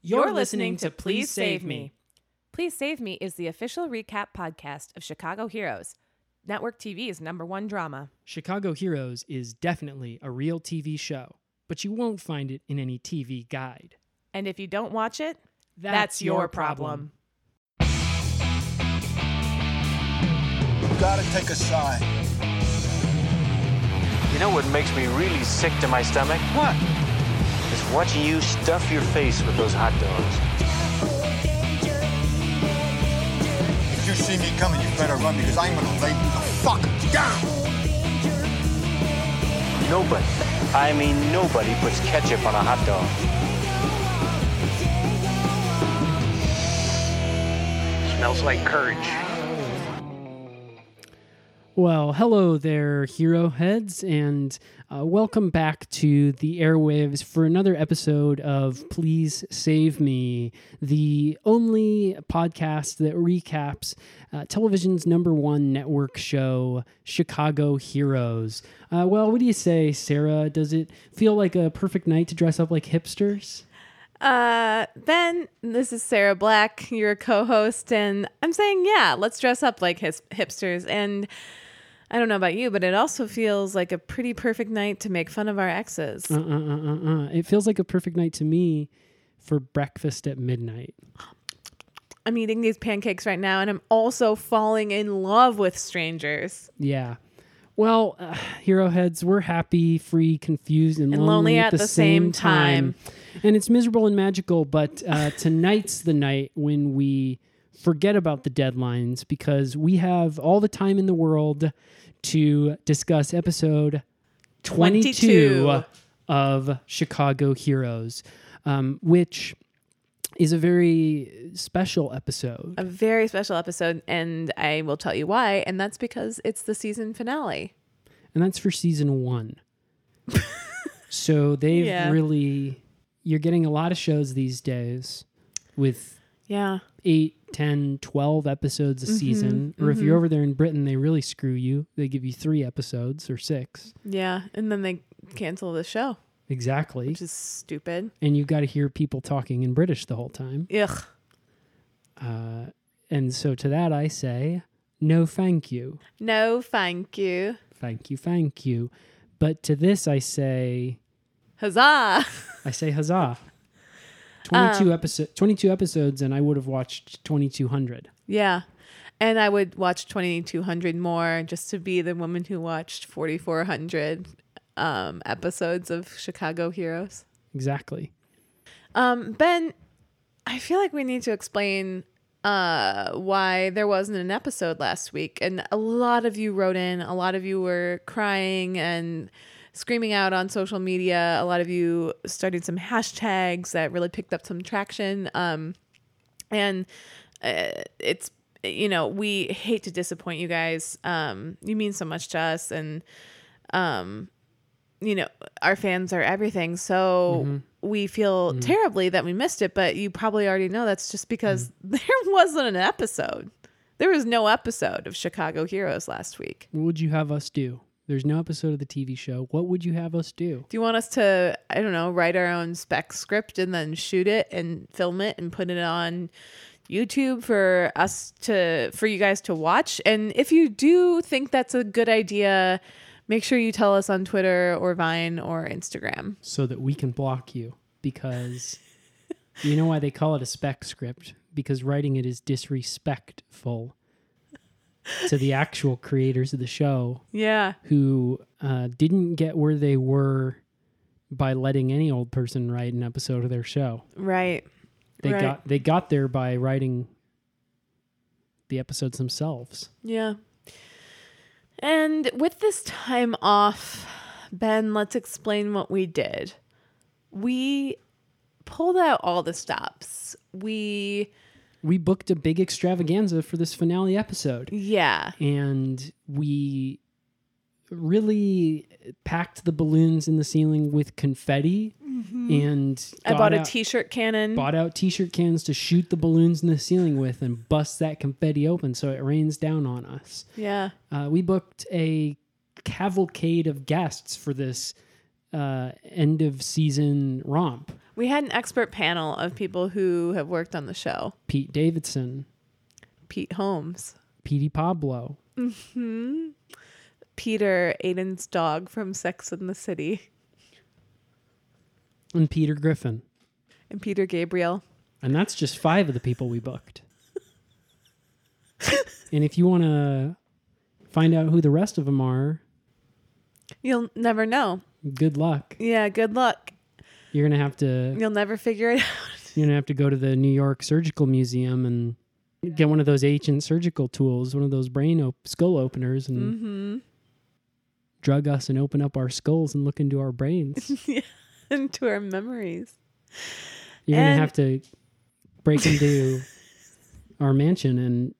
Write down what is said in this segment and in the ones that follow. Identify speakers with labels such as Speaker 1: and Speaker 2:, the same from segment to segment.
Speaker 1: You're listening to Please Save Me.
Speaker 2: Please Save Me is the official recap podcast of Chicago Heroes, network TV's number one drama.
Speaker 1: Chicago Heroes is definitely a real TV show, but you won't find it in any TV guide.
Speaker 2: And if you don't watch it,
Speaker 1: That's your problem.
Speaker 3: You gotta take a side.
Speaker 4: You know what makes me really sick to my stomach?
Speaker 3: What?
Speaker 4: Is watching you stuff your face with those hot dogs.
Speaker 3: If you see me coming, you better run because I'm gonna lay you the fuck down.
Speaker 4: Nobody, I mean nobody, puts ketchup on a hot dog. Smells like courage.
Speaker 1: Well, hello there, hero heads, and uh, welcome back to the airwaves for another episode of Please Save Me, the only podcast that recaps uh, television's number one network show, Chicago Heroes. Uh, well, what do you say, Sarah? Does it feel like a perfect night to dress up like hipsters?
Speaker 2: Uh, Ben, this is Sarah Black, your co host, and I'm saying, yeah, let's dress up like his- hipsters. And I don't know about you, but it also feels like a pretty perfect night to make fun of our exes.
Speaker 1: Uh uh uh uh. uh. It feels like a perfect night to me for breakfast at midnight.
Speaker 2: I'm eating these pancakes right now, and I'm also falling in love with strangers.
Speaker 1: Yeah. Well, uh, hero heads, we're happy, free, confused, and,
Speaker 2: And lonely at the same time.
Speaker 1: And it's miserable and magical, but uh, tonight's the night when we forget about the deadlines because we have all the time in the world to discuss episode 22,
Speaker 2: 22.
Speaker 1: of Chicago Heroes, um, which is a very special episode.
Speaker 2: A very special episode, and I will tell you why, and that's because it's the season finale.
Speaker 1: and that's for season one. so they've
Speaker 2: Yeah.
Speaker 1: really, you're getting a lot of shows these days with
Speaker 2: Yeah.
Speaker 1: eight, 10, 12 episodes a season. Or if you're over there in Britain, they really screw you. They give you three episodes or six.
Speaker 2: Yeah. And then they cancel the show,
Speaker 1: Exactly.
Speaker 2: which is stupid.
Speaker 1: and you've got to hear people talking in British the whole time.
Speaker 2: Ugh.
Speaker 1: And so to that, I say, no, thank you.
Speaker 2: No, thank you.
Speaker 1: Thank you, thank you. But to this, I say,
Speaker 2: Huzzah.
Speaker 1: I say huzzah. 22 episode 22 episodes and I would have watched 2200.
Speaker 2: yeah. And I would watch 2200 more just to be the woman who watched 4400 um, episodes of Chicago Heroes.
Speaker 1: Exactly.
Speaker 2: Um, ben, I feel like we need to explain uh why there wasn't an episode last week and a lot of you wrote in a lot of you were crying and screaming out on social media a lot of you started some hashtags that really picked up some traction um and uh, it's you know we hate to disappoint you guys um you mean so much to us and you know, our fans are everything. So we feel terribly that we missed it, but you probably already know that's just because there wasn't an episode. There was no episode of Chicago Heroes last week.
Speaker 1: What would you have us do? There's no episode of the TV show. What would you have us do?
Speaker 2: Do you want us to, I don't know, write our own spec script and then shoot it and film it and put it on YouTube for us to, for you guys to watch? And if you do think that's a good idea, make sure you tell us on Twitter or Vine or Instagram.
Speaker 1: So that we can block you because you know why they call it a spec script because writing it is disrespectful to the actual creators of the show
Speaker 2: Yeah.
Speaker 1: who uh, didn't get where they were by letting any old person write an episode of their show.
Speaker 2: Right.
Speaker 1: They
Speaker 2: Right.
Speaker 1: got they got there by writing the episodes themselves.
Speaker 2: Yeah. And with this time off, Ben, let's explain what we did. We pulled out all the stops. We,
Speaker 1: We booked a big extravaganza for this finale episode
Speaker 2: yeah,
Speaker 1: and we really packed the balloons in the ceiling with confetti and
Speaker 2: Mm-hmm. I bought a
Speaker 1: out,
Speaker 2: t shirt cannon.
Speaker 1: bought out t-shirt cans to shoot the balloons in the ceiling with and bust that confetti open so it rains down on us.
Speaker 2: yeah.
Speaker 1: Uh, we booked a cavalcade of guests for this uh, end of season romp.
Speaker 2: We had an expert panel of people who have worked on the show.
Speaker 1: Pete Davidson,
Speaker 2: Pete Holmes,
Speaker 1: Petey Pablo,
Speaker 2: Peter, Aiden's dog from Sex and the City,
Speaker 1: and Peter Griffin.
Speaker 2: and Peter Gabriel.
Speaker 1: And that's just five of the people we booked. and if you want to find out who the rest of them are,
Speaker 2: You'll never know.
Speaker 1: good luck.
Speaker 2: Yeah, good luck.
Speaker 1: You're gonna have to
Speaker 2: You'll never figure it out.
Speaker 1: you're gonna have to go to the New York Surgical Museum and get one of those ancient surgical tools, one of those brain op- skull openers, and
Speaker 2: Mm. Mm-hmm.
Speaker 1: drug us and open up our skulls and look into our brains.
Speaker 2: into our memories.
Speaker 1: You're
Speaker 2: And-
Speaker 1: gonna have to break into our mansion and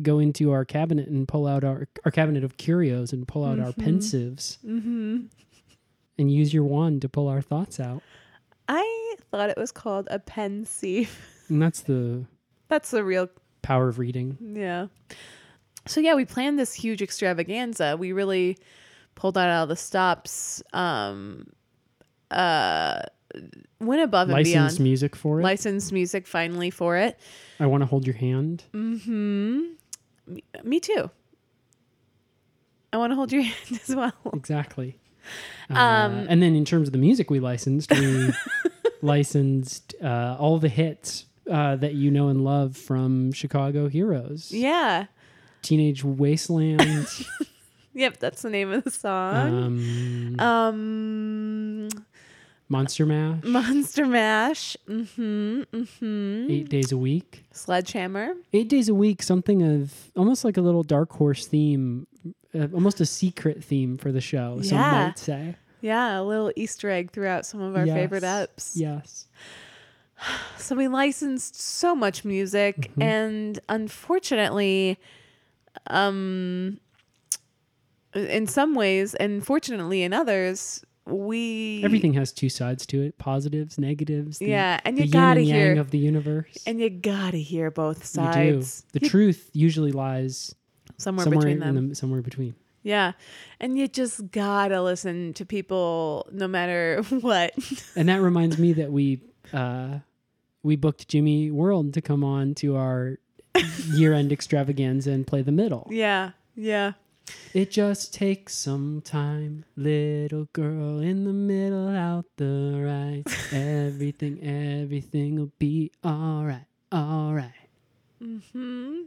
Speaker 1: go into our cabinet and pull out our our cabinet of curios and pull out our pensives and use your wand to pull our thoughts out.
Speaker 2: I thought it was called a pensieve.
Speaker 1: And that's the
Speaker 2: That's the real
Speaker 1: power of reading.
Speaker 2: Yeah. So yeah, we planned this huge extravaganza. We really pulled out all the stops. Um, uh, went above and
Speaker 1: Licensed
Speaker 2: beyond.
Speaker 1: music for it.
Speaker 2: Licensed music finally for it.
Speaker 1: I want to hold your hand.
Speaker 2: Me too. I want to hold your hand as well.
Speaker 1: Exactly. um, and then in terms of the music we licensed, we licensed uh, all the hits uh, that you know and love from Chicago Heroes,
Speaker 2: Yeah.
Speaker 1: Teenage Wasteland.
Speaker 2: Yep, that's the name of the song.
Speaker 1: um,
Speaker 2: Um,
Speaker 1: Monster Mash,
Speaker 2: Mm-hmm. Monster Mash, mm-hmm, mm-hmm.
Speaker 1: eight days a week.
Speaker 2: Sledgehammer.
Speaker 1: Eight days a week, something of almost like a little dark horse theme, uh, almost a secret theme for the show, some
Speaker 2: Yeah.
Speaker 1: might say.
Speaker 2: Yeah, a little Easter egg throughout some of our
Speaker 1: Yes.
Speaker 2: favorite eps.
Speaker 1: Yes.
Speaker 2: So we licensed so much music,
Speaker 1: Mm-hmm.
Speaker 2: and unfortunately, um, in some ways, and fortunately in others, we
Speaker 1: Everything has two sides to it positives, negatives. the-
Speaker 2: Yeah, and you
Speaker 1: the
Speaker 2: gotta
Speaker 1: yin and yang
Speaker 2: hear-
Speaker 1: of the universe.
Speaker 2: and you gotta hear both
Speaker 1: You do.
Speaker 2: sides
Speaker 1: The truth usually lies
Speaker 2: somewhere,
Speaker 1: somewhere
Speaker 2: between them.
Speaker 1: In the, somewhere between.
Speaker 2: Yeah, and you just gotta listen to people no matter what.
Speaker 1: And that reminds me that we uh, we booked Jimmy World to come on to our year-end extravaganza and play the middle.
Speaker 2: yeah, yeah.
Speaker 1: It just takes some time, little girl in the middle, out the right. Everything, everything will be all right, all right.
Speaker 2: Hmm.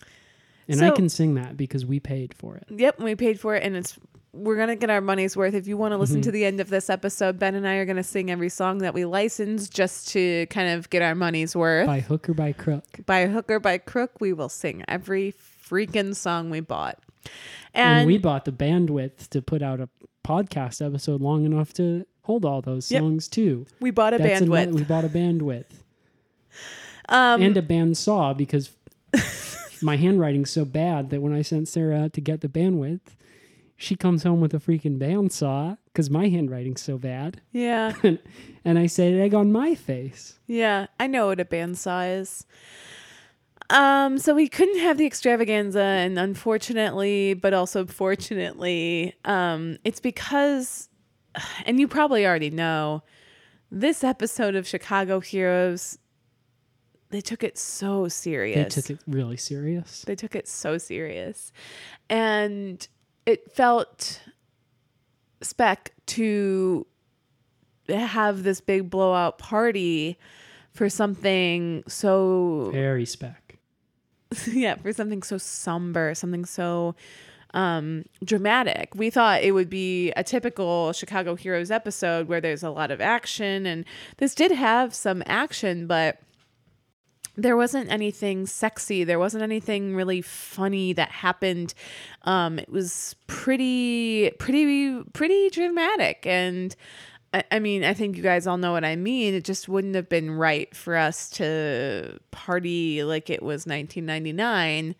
Speaker 1: Mm-hmm. And I
Speaker 2: So-
Speaker 1: can sing that because we paid for it.
Speaker 2: Yep, we paid for it, and it's we're gonna get our money's worth. If you want to
Speaker 1: Mm-hmm.
Speaker 2: listen to the end of this episode, Ben and I are gonna sing every song that we license just to kind of get our money's worth.
Speaker 1: By hook or by crook.
Speaker 2: By hook or by crook, we will sing every freaking song we bought.
Speaker 1: and,
Speaker 2: And
Speaker 1: we bought the bandwidth to put out a podcast episode long enough to hold all those
Speaker 2: Yep.
Speaker 1: songs too.
Speaker 2: we bought a
Speaker 1: That's
Speaker 2: bandwidth. Um,
Speaker 1: another- we bought a bandwidth and a bandsaw because my handwriting's so bad that when I sent Sarah out to get the bandwidth, she comes home with a freaking bandsaw because my handwriting's so bad,
Speaker 2: yeah,
Speaker 1: and, and I say egg on my face.
Speaker 2: yeah. I know what a bandsaw is. Um, so we couldn't have the extravaganza, and unfortunately, but also fortunately, um, it's because, and you probably already know, this episode of Chicago Heroes, they took it so
Speaker 1: They
Speaker 2: serious.
Speaker 1: took it really serious.
Speaker 2: They took it so serious. And it felt spec to have this big blowout party for something so
Speaker 1: Very spec.
Speaker 2: yeah, for something so somber, something so um dramatic. We thought it would be a typical Chicago Heroes episode where there's a lot of action and this did have some action, but there wasn't anything sexy. There wasn't anything really funny that happened. Um, it was pretty, pretty, pretty dramatic. And I, I mean, I think you guys all know what I mean. It just wouldn't have been right for us to party like it was 1999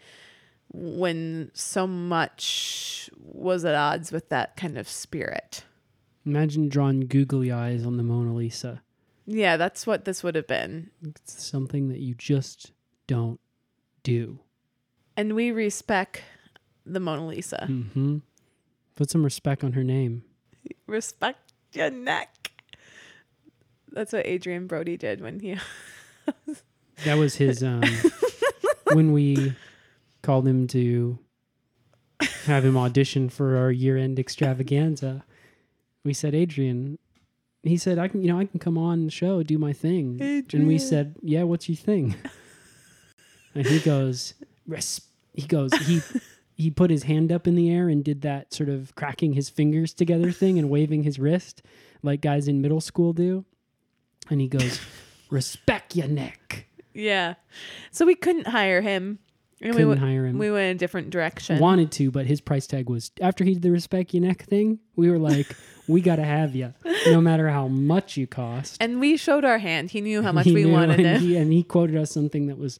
Speaker 2: when so much was at odds with that kind of spirit.
Speaker 1: Imagine drawing googly eyes on the Mona Lisa.
Speaker 2: Yeah, that's what this would have been.
Speaker 1: It's something that you just don't do.
Speaker 2: And we respect the Mona Lisa.
Speaker 1: hmm Put some respect on her name.
Speaker 2: respect your neck. That's what Adrian Brody did when he.
Speaker 1: That was his um when we called him to have him audition for our year-end extravaganza. We said Adrian he said I can you know I can come on the show do my thing. And we
Speaker 2: Adrian.
Speaker 1: said, "Yeah, what's your thing?" and he goes, "Res-" he goes he he put his hand up in the air and did that sort of cracking his fingers together thing and waving his wrist like guys in middle school do. And he goes, "Respect your neck."
Speaker 2: yeah. So we couldn't hire him. And we
Speaker 1: Couldn't
Speaker 2: went,
Speaker 1: hire him.
Speaker 2: We went a different direction.
Speaker 1: wanted to, but his price tag was after he did the respect your neck thing. We were like, we gotta have you, no matter how much you cost.
Speaker 2: and we showed our hand. He knew how much
Speaker 1: He
Speaker 2: we
Speaker 1: knew,
Speaker 2: wanted
Speaker 1: and
Speaker 2: him.
Speaker 1: he, and he quoted us something that was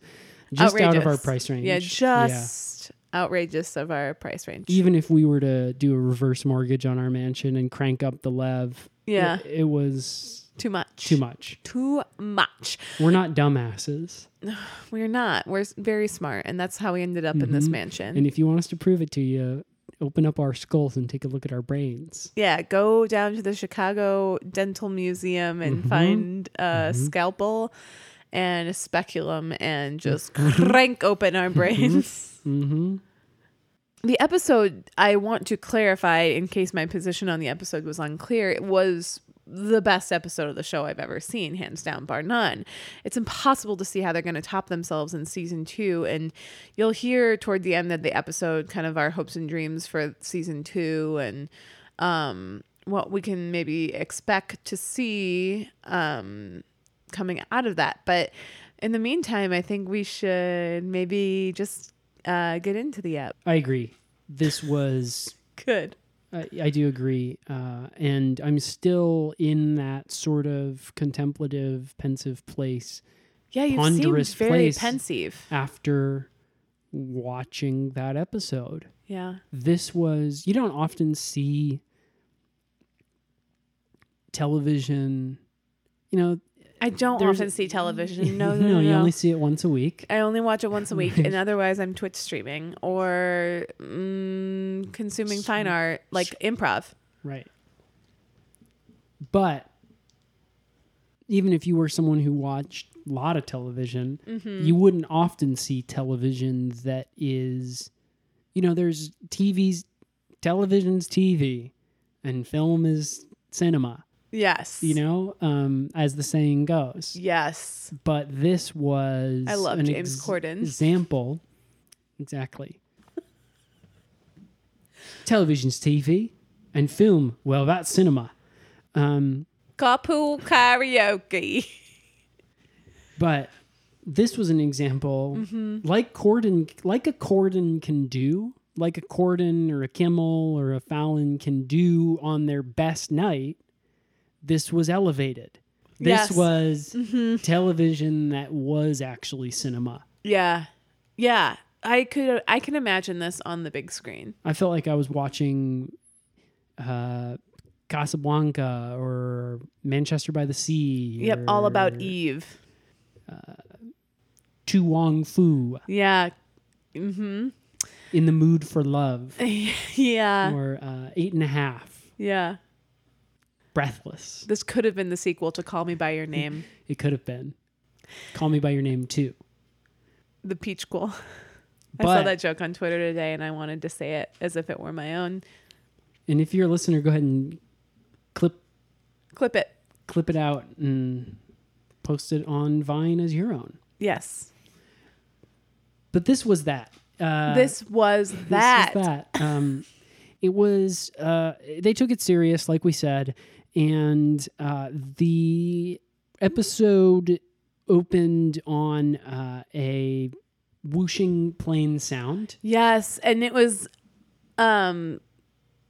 Speaker 1: just out of our
Speaker 2: Outrageous.
Speaker 1: price range.
Speaker 2: Yeah, just outrageous of our price range.
Speaker 1: Even if we were to do a reverse mortgage on our mansion and crank up the lev,
Speaker 2: Yeah.
Speaker 1: it, it was
Speaker 2: too much.
Speaker 1: too much.
Speaker 2: Too much.
Speaker 1: We're not dumbasses,
Speaker 2: We're not. We're s- very smart, and that's how we ended up in
Speaker 1: Mm-hmm.
Speaker 2: this mansion.
Speaker 1: and if you want us to prove it to you, open up our skulls and take a look at our brains.
Speaker 2: yeah, go down to the Chicago Dental Museum and find a scalpel and a speculum and just crank open our brains.
Speaker 1: Mm-hmm.
Speaker 2: The episode, I want to clarify in case my position on the episode was unclear, it was the best episode of the show I've ever seen, hands down, bar none. It's impossible to see how they're going to top themselves in season two. And you'll hear toward the end of the episode kind of our hopes and dreams for season two and um, what we can maybe expect to see um, coming out of that. But in the meantime, I think we should maybe just uh, get into the app.
Speaker 1: I agree. This was
Speaker 2: Good.
Speaker 1: I, I do agree. Uh, and I'm still in that sort of contemplative, pensive place
Speaker 2: Yeah, you
Speaker 1: Ponderous
Speaker 2: seemed very
Speaker 1: place. Uh,
Speaker 2: pensive.
Speaker 1: after watching that episode.
Speaker 2: Yeah.
Speaker 1: This was, you don't often see television, you know,
Speaker 2: I don't
Speaker 1: There's-
Speaker 2: often see television. No,
Speaker 1: you
Speaker 2: no,
Speaker 1: know,
Speaker 2: no.
Speaker 1: you
Speaker 2: no.
Speaker 1: only see it once a week.
Speaker 2: I only watch it once a week, and otherwise I'm Twitch streaming or mm, consuming fine art like improv.
Speaker 1: Right. But even if you were someone who watched a lot of television,
Speaker 2: Mm-hmm.
Speaker 1: you wouldn't often see television that is, you know, there's TV's, television's TV, and film is cinema,
Speaker 2: Yes.
Speaker 1: you know, um, as the saying goes.
Speaker 2: Yes.
Speaker 1: But this was
Speaker 2: I love
Speaker 1: an
Speaker 2: James Corden.
Speaker 1: example. Exactly. Television's TV and film. Well, that's cinema. Um,
Speaker 2: Carpool karaoke.
Speaker 1: but this was an example,
Speaker 2: Mm-hmm.
Speaker 1: like Corden, like a Corden can do, like a Corden or a Kimmel or a Fallon can do on their best night. This was elevated. This
Speaker 2: Yes. Mm-hmm.
Speaker 1: was television that was actually cinema.
Speaker 2: Yeah. Yeah. I could. I can imagine this on the big screen.
Speaker 1: I felt like I was watching uh, Casablanca or Manchester by the Sea.
Speaker 2: Yep. All
Speaker 1: or
Speaker 2: about E Eve.
Speaker 1: Tu Wong Fu
Speaker 2: Yeah.
Speaker 1: in the mood for love,
Speaker 2: Yeah.
Speaker 1: or uh, Eight and a Half,
Speaker 2: Yeah.
Speaker 1: Breathless.
Speaker 2: This could have been the sequel to Call Me by Your Name,
Speaker 1: It could have been Call Me by Your Name too.
Speaker 2: the peach cool. I
Speaker 1: But-
Speaker 2: saw that joke on Twitter today and I wanted to say it as if it were my own.
Speaker 1: And if you're a listener, go ahead and clip
Speaker 2: Clip it.
Speaker 1: clip it out and post it on Vine as your own.
Speaker 2: Yes.
Speaker 1: But this was that. Uh,
Speaker 2: this was
Speaker 1: This
Speaker 2: that.
Speaker 1: is that. Um, it was. Uh, they took it serious, like we said, and uh, the episode opened on uh, a whooshing plane sound.
Speaker 2: Yes. And it was um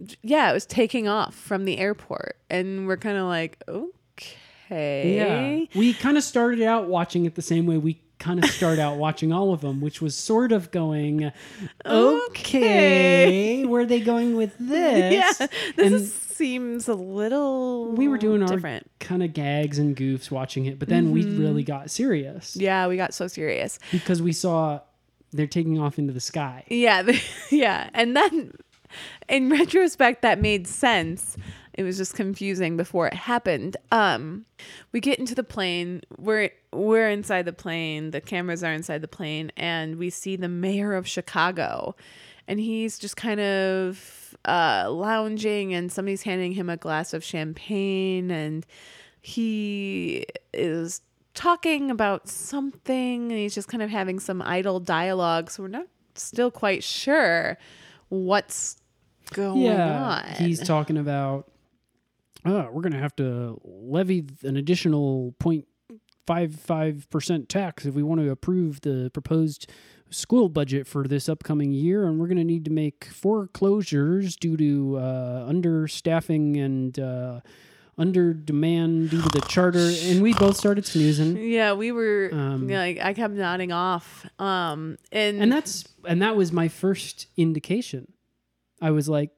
Speaker 2: j- yeah, it was taking off from the airport. And we're kinda like, okay.
Speaker 1: we kind of started out watching it the same way we kind of start out watching all of them, which was sort of going, okay, where are they going with this?
Speaker 2: Yeah. This is, seems a little
Speaker 1: we were doing
Speaker 2: different. Mm-hmm.
Speaker 1: our kind of gags and goofs watching it, but then we really got serious
Speaker 2: yeah, we got so serious.
Speaker 1: because we saw they're taking off into the sky.
Speaker 2: Yeah, the- yeah, and then in retrospect, that made sense. It was just confusing before it happened. Um, we get into the plane. We're we're inside the plane. The cameras are inside the plane, and we see the mayor of Chicago, and he's just kind of uh, lounging, and somebody's handing him a glass of champagne, and he is talking about something and he's just kind of having some idle dialogue so we're not still quite sure what's going on
Speaker 1: He's talking about, oh, we're going to have to levy an additional 0.55% tax if we want to approve the proposed school budget for this upcoming year. And we're going to need to make foreclosures due to uh, understaffing and uh, under demand due to the charter. And we both started snoozing.
Speaker 2: yeah we were like i kept nodding off um and,
Speaker 1: um, and that's and that was my first indication. I was like,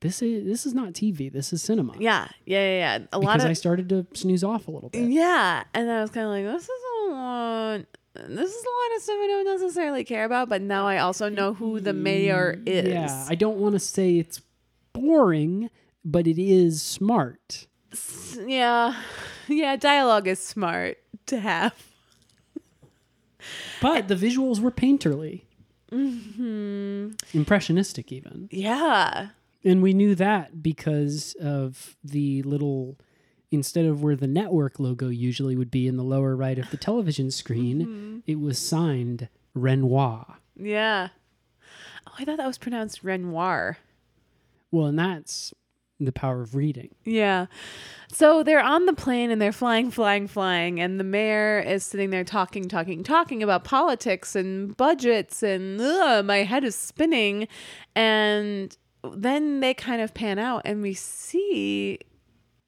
Speaker 1: this is this is not TV. This is cinema.
Speaker 2: yeah yeah yeah, yeah. a lot
Speaker 1: because
Speaker 2: of
Speaker 1: I started to snooze off a little bit.
Speaker 2: yeah and i was kind of like this is a lot this is a lot of stuff i don't necessarily care about but now i also know who the mayor is
Speaker 1: Yeah, I don't want to say it's boring, but it is smart.
Speaker 2: yeah yeah dialogue is smart to have
Speaker 1: But the visuals were painterly,
Speaker 2: Mm-hmm.
Speaker 1: impressionistic even,
Speaker 2: yeah
Speaker 1: and we knew that because of the little. Instead of where the network logo usually would be in the lower right of the television screen,
Speaker 2: Mm-hmm.
Speaker 1: it was signed Renoir.
Speaker 2: Yeah. Oh, I thought that was pronounced Renoir.
Speaker 1: Well, and that's the power of reading.
Speaker 2: Yeah. So they're on the plane and they're flying, flying, flying. And the mayor is sitting there talking, talking, talking about politics and budgets. And ugh, my head is spinning. And then they kind of pan out and we see,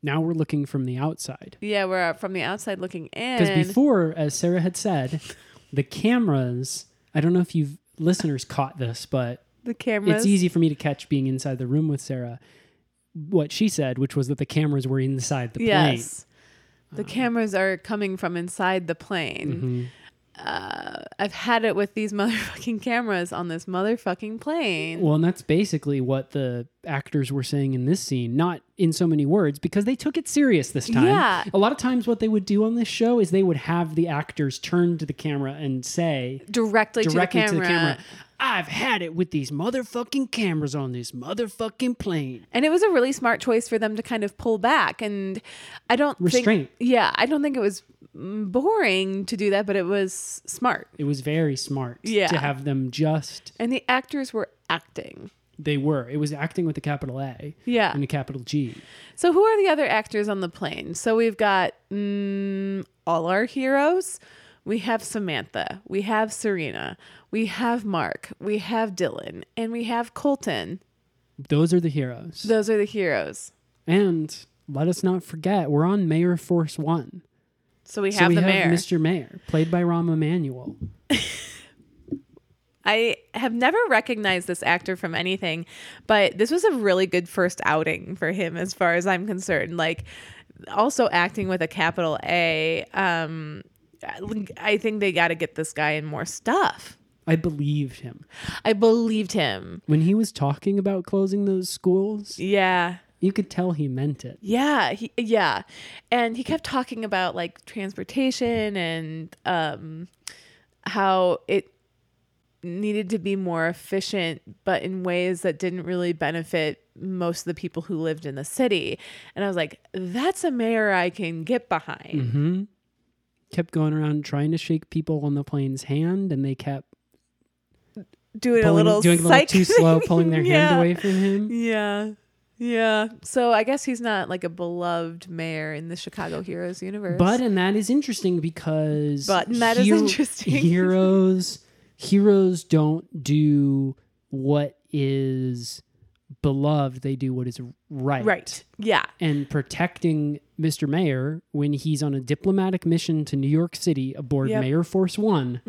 Speaker 1: Now we're looking from the outside.
Speaker 2: yeah, we're from the outside looking in.
Speaker 1: Because before, as Sarah had said, the cameras, I don't know if you've listeners caught this, but
Speaker 2: the cameras.
Speaker 1: it's easy for me to catch being inside the room with Sarah what she said, which was that the cameras were inside the
Speaker 2: Yes. The cameras are coming from inside the plane. Uh, I've had it with these motherfucking cameras on this motherfucking plane.
Speaker 1: plane. Well, and that's basically what the actors were saying in this scene, not in so many words, because they took it serious this time.
Speaker 2: Yeah.
Speaker 1: A lot of times, what they would do on this show is they would have the actors turn to the camera and say,
Speaker 2: directly,
Speaker 1: directly
Speaker 2: to, the camera.
Speaker 1: I've had it with these motherfucking cameras on this motherfucking plane.
Speaker 2: And it was a really smart choice for them to kind of pull back. And I don't
Speaker 1: Restraint.
Speaker 2: think, yeah, I don't think it was mm, boring to do that, but it was smart.
Speaker 1: It was very smart
Speaker 2: Yeah.
Speaker 1: to have them just
Speaker 2: And the actors were acting.
Speaker 1: they were. It was acting with a capital A
Speaker 2: Yeah.
Speaker 1: and a capital G.
Speaker 2: So who are the other actors on the plane? So we've got mm, all our heroes. We have Samantha. We have Serena. We have Mark. We have Dylan, and we have Colton.
Speaker 1: Those are the heroes.
Speaker 2: Those are the heroes.
Speaker 1: and let us not forget, we're on Mayor Force One.
Speaker 2: So we have
Speaker 1: so we
Speaker 2: the
Speaker 1: have
Speaker 2: mayor.
Speaker 1: Mr. Mayor, played by Rahm Emanuel.
Speaker 2: I have never recognized this actor from anything, but this was a really good first outing for him, as far as I'm concerned. Like, also acting with a capital A. Um, I think they got to get this guy in more stuff.
Speaker 1: I believed him.
Speaker 2: I believed him.
Speaker 1: When he was talking about closing those schools,
Speaker 2: Yeah.
Speaker 1: you could tell he meant it.
Speaker 2: Yeah, he, yeah. And he kept talking about like transportation and um how it needed to be more efficient but in ways that didn't really benefit most of the people who lived in the city. And I was like, that's a mayor I can get behind.
Speaker 1: Mm-hmm. Kept going around trying to shake people on the plane's hand, and they kept
Speaker 2: Doing a
Speaker 1: pulling-
Speaker 2: little
Speaker 1: doing a little
Speaker 2: psych
Speaker 1: too slow,
Speaker 2: thing.
Speaker 1: pulling their hand
Speaker 2: Yeah.
Speaker 1: away from him.
Speaker 2: Yeah. Yeah. So I guess he's not like a beloved mayor in the Chicago Heroes universe.
Speaker 1: But and that is interesting because
Speaker 2: But and that is
Speaker 1: hero-
Speaker 2: interesting.
Speaker 1: heroes heroes don't do what is beloved; they do what is right.
Speaker 2: right. Yeah.
Speaker 1: And protecting Mr. Mayor when he's on a diplomatic mission to New York City aboard
Speaker 2: Yep. Mm-hmm.
Speaker 1: Mayor Force One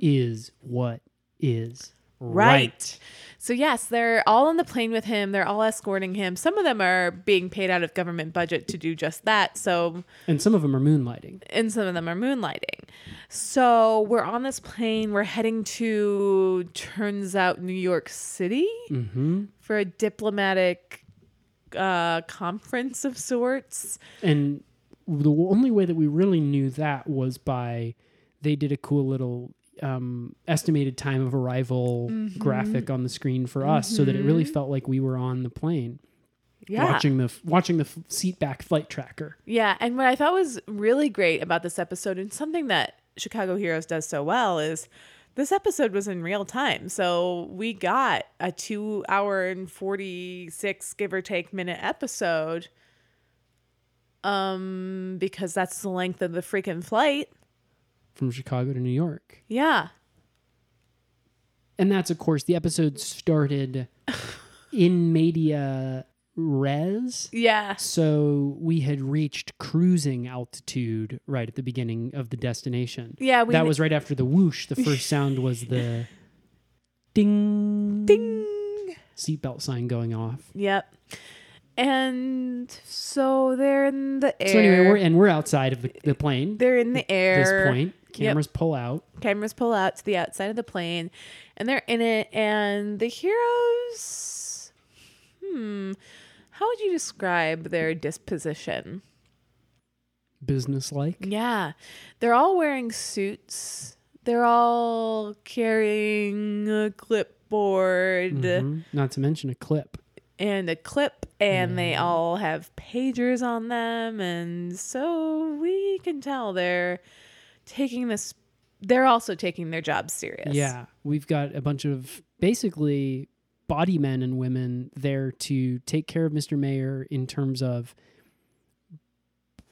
Speaker 1: is what is
Speaker 2: Right.
Speaker 1: right.
Speaker 2: So yes, they're all on the plane with him. They're all escorting him. Some of them are being paid out of government budget to do just that. So
Speaker 1: And some of them are moonlighting.
Speaker 2: and some of them are moonlighting. So we're on this plane. We're heading to turns out New York City for a diplomatic uh, conference of sorts.
Speaker 1: And the only way that we really knew that was by they did a cool little um, estimated time of arrival graphic on the screen for us, so that it really felt like we were on the plane
Speaker 2: Yeah.
Speaker 1: watching the watching the f- seat back flight tracker.
Speaker 2: Yeah, and what I thought was really great about this episode, and something that Chicago Heroes does so well, is this episode was in real time. So we got a two hour and 46, give or take, minute episode um, because that's the length of the freaking flight.
Speaker 1: from Chicago to New York.
Speaker 2: Yeah.
Speaker 1: And that's, of course, the episode started in media res.
Speaker 2: Yeah.
Speaker 1: So we had reached cruising altitude right at the beginning of the destination.
Speaker 2: Yeah, we
Speaker 1: that
Speaker 2: kn-
Speaker 1: was right after the whoosh. The first sound was the ding, ding seatbelt sign going off.
Speaker 2: Yep. And so they're in the air.
Speaker 1: So anyway, we're and we're outside of the, the plane.
Speaker 2: they're in the
Speaker 1: at
Speaker 2: air.
Speaker 1: this point, cameras pull out.
Speaker 2: cameras pull out to the outside of the plane and they're in it and the heroes hmm how would you describe their disposition
Speaker 1: Businesslike.
Speaker 2: yeah they're all wearing suits they're all carrying a clipboard
Speaker 1: Mhm. Not to mention a clip.
Speaker 2: and a clip and they all have pagers on them and so we can tell they're taking this they're also taking their job serious
Speaker 1: Yeah, we've got a bunch of basically body men and women there to take care of Mr. Mayor in terms of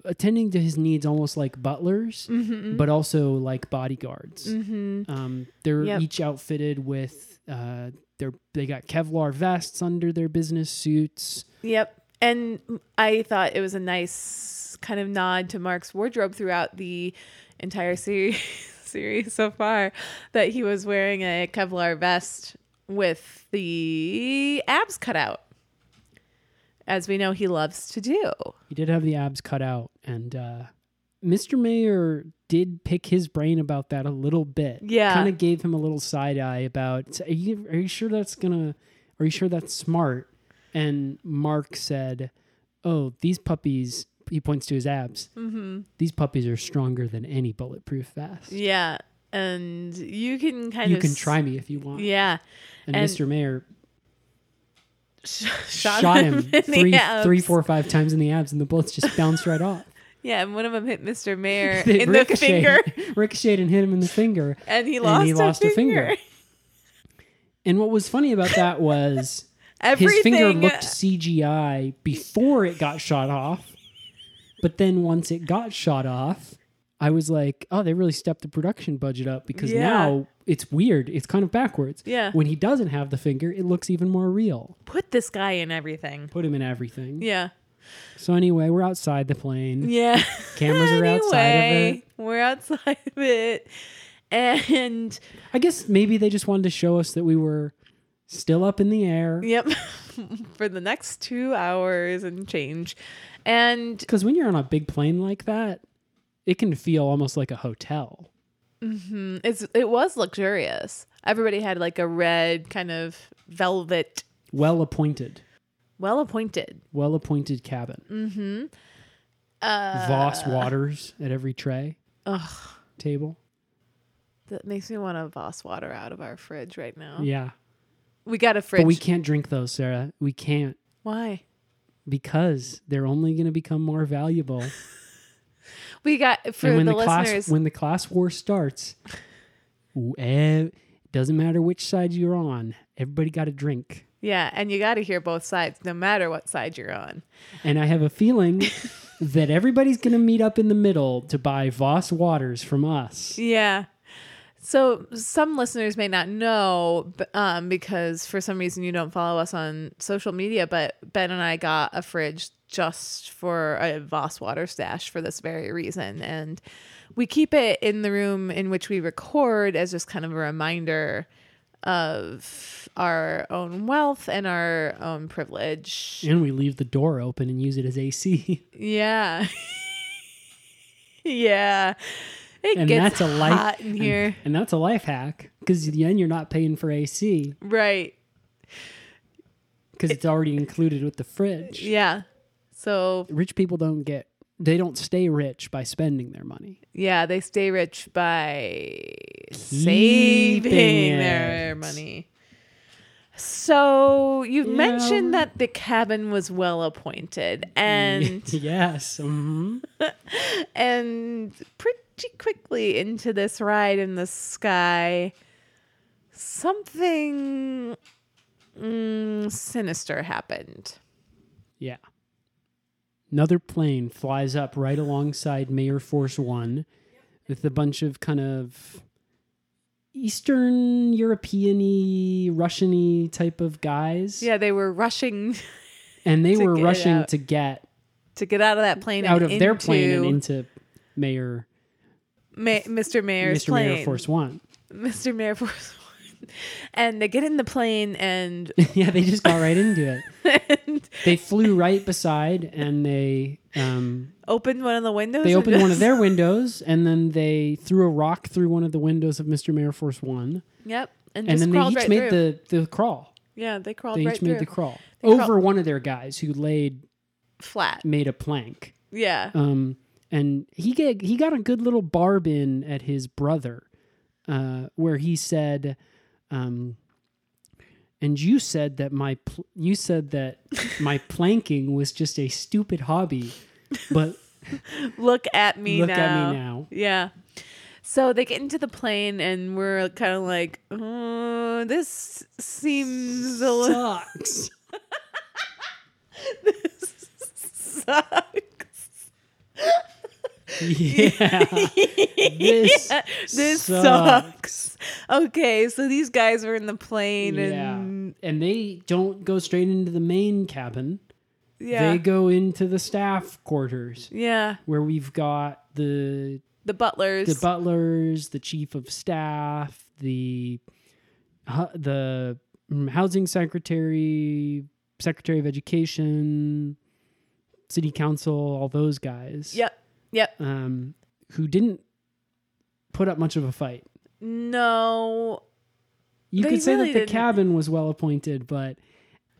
Speaker 1: attending to his needs almost like butlers, but also like bodyguards. Um, they're
Speaker 2: Yep.
Speaker 1: each outfitted with uh, their they got Kevlar vests under their business suits.
Speaker 2: Yep. And I thought it was a nice kind of nod to Mark's wardrobe throughout the entire series, series so far that he was wearing a Kevlar vest with the abs cut out. As we know he loves to do.
Speaker 1: He did have the abs cut out, and uh, Mr. Mayor did pick his brain about that a little bit.
Speaker 2: Yeah.
Speaker 1: kind of gave him a little side eye about. Are you are you sure that's gonna? Are you sure that's smart? And Mark said, "Oh, these puppies." He points to his abs. Mm-hmm. These puppies are stronger than any bulletproof vest.
Speaker 2: Yeah. And you can kind
Speaker 1: You
Speaker 2: of
Speaker 1: can
Speaker 2: s-
Speaker 1: try me if you want.
Speaker 2: Yeah.
Speaker 1: and,
Speaker 2: and-
Speaker 1: Mr. Mayor
Speaker 2: Shot,
Speaker 1: shot, him
Speaker 2: in the
Speaker 1: three,
Speaker 2: abs.
Speaker 1: three, four, five times in the abs, and the bullets just bounced right off.
Speaker 2: Yeah, and one of them hit Mr. Mayor
Speaker 1: They
Speaker 2: in the finger
Speaker 1: ricocheted and hit him in the finger.
Speaker 2: and he
Speaker 1: And
Speaker 2: lost,
Speaker 1: he lost a finger.
Speaker 2: finger.
Speaker 1: And what was funny about that was his
Speaker 2: Everything
Speaker 1: finger looked CGI before it got shot off. But then once it got shot off, I was like, oh, they really stepped the production budget up because
Speaker 2: Yeah.
Speaker 1: now it's weird. It's kind of backwards.
Speaker 2: Yeah.
Speaker 1: When he doesn't have the finger, it looks even more real.
Speaker 2: put this guy in everything.
Speaker 1: Put him in everything.
Speaker 2: Yeah.
Speaker 1: So anyway, we're outside the plane.
Speaker 2: Yeah.
Speaker 1: Cameras are outside of it.
Speaker 2: We're outside of it. And
Speaker 1: I guess maybe they just wanted to show us that we were still up in the air.
Speaker 2: yep, for the next two hours and change. And
Speaker 1: Because when you're on a big plane like that, it can feel almost like a hotel.
Speaker 2: it's it was luxurious. Everybody had like a red kind of velvet,
Speaker 1: Well appointed,
Speaker 2: well appointed.
Speaker 1: well appointed cabin.
Speaker 2: Mm.
Speaker 1: Mm-hmm. Uh, Voss waters at every tray. Table.
Speaker 2: That makes me want to Voss water out of our fridge right now.
Speaker 1: Yeah.
Speaker 2: We got a fridge.
Speaker 1: But we can't drink those, Sarah. We can't
Speaker 2: Why?
Speaker 1: because they're only going to become more valuable.
Speaker 2: We got for
Speaker 1: and
Speaker 2: the,
Speaker 1: when the, class
Speaker 2: listeners.
Speaker 1: when the class war starts, eh, it doesn't matter which side you're on. Everybody got a drink.
Speaker 2: yeah, and you got to hear both sides, no matter what side you're on.
Speaker 1: And I have a feeling that everybody's going to meet up in the middle to buy Voss Waters from us.
Speaker 2: Yeah. So some listeners may not know, b- um, because for some reason you don't follow us on social media, but Ben and I got a fridge just for a Voss water stash for this very reason, and we keep it in the room in which we record as just kind of a reminder of our own wealth and our own privilege.
Speaker 1: And we leave the door open and use it as AC.
Speaker 2: Yeah. yeah. It
Speaker 1: And
Speaker 2: gets
Speaker 1: that's a life
Speaker 2: hot in here.
Speaker 1: And, that's a life hack because then you're not paying for AC.
Speaker 2: Right.
Speaker 1: because it's already included with the fridge.
Speaker 2: Yeah. So
Speaker 1: Rich people don't get they don't stay rich by spending their money.
Speaker 2: yeah, they stay rich by saving their
Speaker 1: it.
Speaker 2: money. So you've
Speaker 1: Yeah.
Speaker 2: mentioned that the cabin was well appointed and
Speaker 1: yes. mhm.
Speaker 2: and pretty quickly into this ride in the sky something mm, sinister happened.
Speaker 1: Yeah. Another plane flies up right alongside Mayor Force One with a bunch of kind of Eastern European y, Russian y type of guys.
Speaker 2: Yeah, they were rushing
Speaker 1: And they
Speaker 2: To
Speaker 1: were
Speaker 2: get
Speaker 1: rushing
Speaker 2: out.
Speaker 1: to get
Speaker 2: to get out of that plane
Speaker 1: out of
Speaker 2: and
Speaker 1: their plane and
Speaker 2: into
Speaker 1: into Mayor
Speaker 2: Ma- Mr. Mayor's
Speaker 1: Mr.
Speaker 2: plane.
Speaker 1: Mayor Force One.
Speaker 2: Mr. Mayor Force One. And they get in the plane and
Speaker 1: yeah, they just got right into it.
Speaker 2: and
Speaker 1: They flew right beside and they um,
Speaker 2: open one of the windows.
Speaker 1: they
Speaker 2: and
Speaker 1: opened one of
Speaker 2: just-
Speaker 1: their windows and then they threw a rock through one of the windows of Mr. Mayor Force One.
Speaker 2: Yep. And,
Speaker 1: and
Speaker 2: just
Speaker 1: then they
Speaker 2: crawled
Speaker 1: each
Speaker 2: right
Speaker 1: made
Speaker 2: through.
Speaker 1: the the crawl.
Speaker 2: Yeah, they crawled
Speaker 1: They
Speaker 2: right
Speaker 1: each made
Speaker 2: through.
Speaker 1: the crawl
Speaker 2: They
Speaker 1: over
Speaker 2: crawl-
Speaker 1: one of their guys who laid
Speaker 2: Flat.
Speaker 1: made a plank.
Speaker 2: Yeah.
Speaker 1: Um, and he get, he got a good little barb in at his brother, uh, where he said, um, "And you said that my pl- you said that my planking was just a stupid hobby, but
Speaker 2: Look at me
Speaker 1: look
Speaker 2: now.
Speaker 1: at me now."
Speaker 2: Yeah. So they get into the plane and we're kind of like, oh, this seems a little
Speaker 1: Sucks.
Speaker 2: sucks.
Speaker 1: yeah. This
Speaker 2: This
Speaker 1: sucks.
Speaker 2: sucks. Okay, so these guys were in the plane
Speaker 1: Yeah.
Speaker 2: and
Speaker 1: And they don't go straight into the main cabin.
Speaker 2: yeah,
Speaker 1: They go into the staff quarters
Speaker 2: yeah,
Speaker 1: where we've got the
Speaker 2: the butlers.
Speaker 1: the butlers, the chief of staff, the hu- the mm, housing secretary, secretary of education, city council, all those guys.
Speaker 2: yep, yep.
Speaker 1: Um, who didn't put up much of a fight.
Speaker 2: No.
Speaker 1: You
Speaker 2: They
Speaker 1: could say
Speaker 2: really
Speaker 1: that the
Speaker 2: didn't.
Speaker 1: cabin was well appointed, but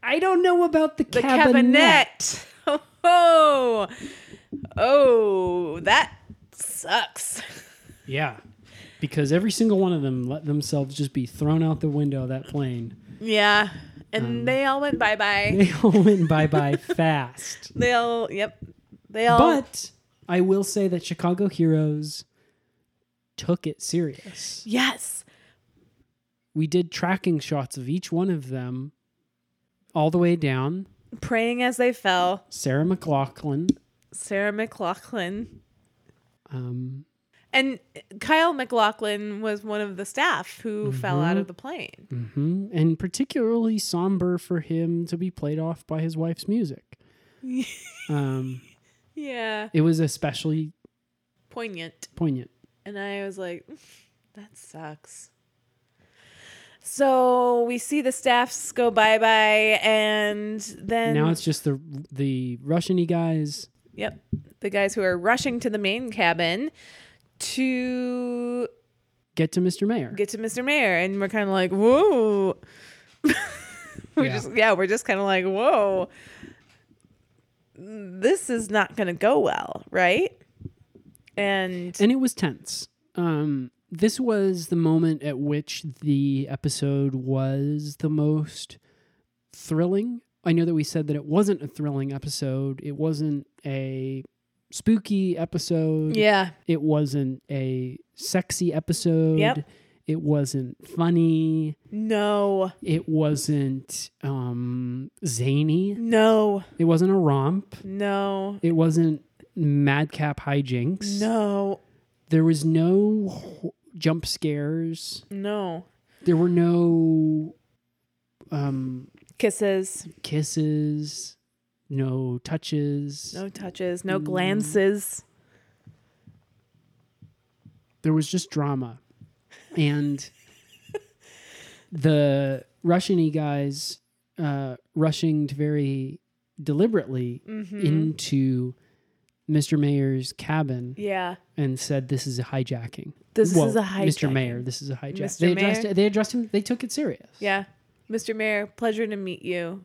Speaker 1: I don't know about the,
Speaker 2: The
Speaker 1: cabinet.
Speaker 2: cabinet. Oh. Oh, that sucks.
Speaker 1: Yeah. Because every single one of them let themselves just be thrown out the window of that plane.
Speaker 2: Yeah. And they all went bye-bye.
Speaker 1: They all went bye bye fast.
Speaker 2: They all yep. They all
Speaker 1: But I will say that Chicago Heroes took it serious.
Speaker 2: Yes.
Speaker 1: We did tracking shots of each one of them all the way down.
Speaker 2: Praying as they fell.
Speaker 1: Sarah McLaughlin.
Speaker 2: Sarah McLaughlin.
Speaker 1: Um,
Speaker 2: And Kyle McLaughlin was one of the staff who fell out of the plane.
Speaker 1: mhm, And particularly somber for him to be played off by his wife's music. um,
Speaker 2: Yeah.
Speaker 1: it was especially
Speaker 2: Poignant.
Speaker 1: poignant.
Speaker 2: And I was like, "Mm, that sucks. So we see the staffs go bye bye, and then
Speaker 1: now it's just the the Russiany guys.
Speaker 2: yep, the guys who are rushing to the main cabin to
Speaker 1: Get to Mr. Mayor.
Speaker 2: get to Mr. Mayor, and we're kind of like, whoa. we're
Speaker 1: Yeah.
Speaker 2: just yeah, we're just kind of like, whoa. This is not going to go well, right? And
Speaker 1: and it was tense. Um, this was the moment at which the episode was the most thrilling. I know that we said that it wasn't a thrilling episode. It wasn't a spooky episode.
Speaker 2: yeah,
Speaker 1: It wasn't a sexy episode.
Speaker 2: Yep.
Speaker 1: It wasn't funny.
Speaker 2: no,
Speaker 1: It wasn't um, zany.
Speaker 2: no,
Speaker 1: It wasn't a romp.
Speaker 2: no,
Speaker 1: It wasn't madcap hijinks.
Speaker 2: no,
Speaker 1: There was no ho- jump scares.
Speaker 2: no.
Speaker 1: There were no um,
Speaker 2: kisses,
Speaker 1: kisses, no touches.
Speaker 2: no touches, no glances.
Speaker 1: There was just drama. And the Russian guys uh, rushing very deliberately
Speaker 2: Mm-hmm.
Speaker 1: into Mr. Mayor's cabin
Speaker 2: Yeah.
Speaker 1: and said, This is a hijacking.
Speaker 2: This
Speaker 1: Well,
Speaker 2: is a
Speaker 1: Mr.
Speaker 2: hijacking.
Speaker 1: Mayor, this is a hijack.
Speaker 2: Mr.
Speaker 1: They addressed
Speaker 2: Mayor?
Speaker 1: it, they addressed him they took it serious.
Speaker 2: Yeah. Mr. Mayor, pleasure to meet you.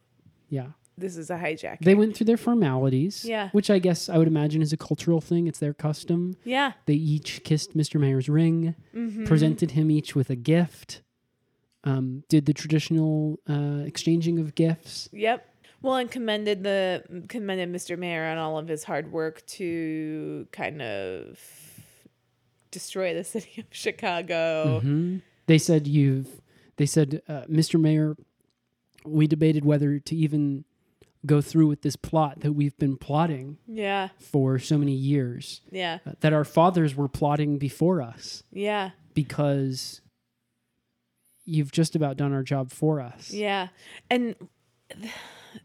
Speaker 1: Yeah.
Speaker 5: this is a hijack.
Speaker 1: They went through their formalities,
Speaker 2: Yeah.
Speaker 1: which I guess I would imagine is a cultural thing. It's their custom.
Speaker 2: Yeah.
Speaker 1: They each kissed Mr. Mayor's ring, presented him each with a gift, um, did the traditional uh, exchanging of gifts.
Speaker 5: yep.
Speaker 2: Well, and commended the commended Mr. Mayor on all of his hard work to kind of destroy the city of Chicago.
Speaker 1: Mm-hmm. They said you've. They said, uh, Mr. Mayor, we debated whether to even go through with this plot that we've been plotting
Speaker 2: Yeah.
Speaker 1: for so many years,
Speaker 2: Yeah.
Speaker 1: uh, that our fathers were plotting before us,
Speaker 2: Yeah.
Speaker 1: because you've just about done our job for us.
Speaker 2: Yeah. And th-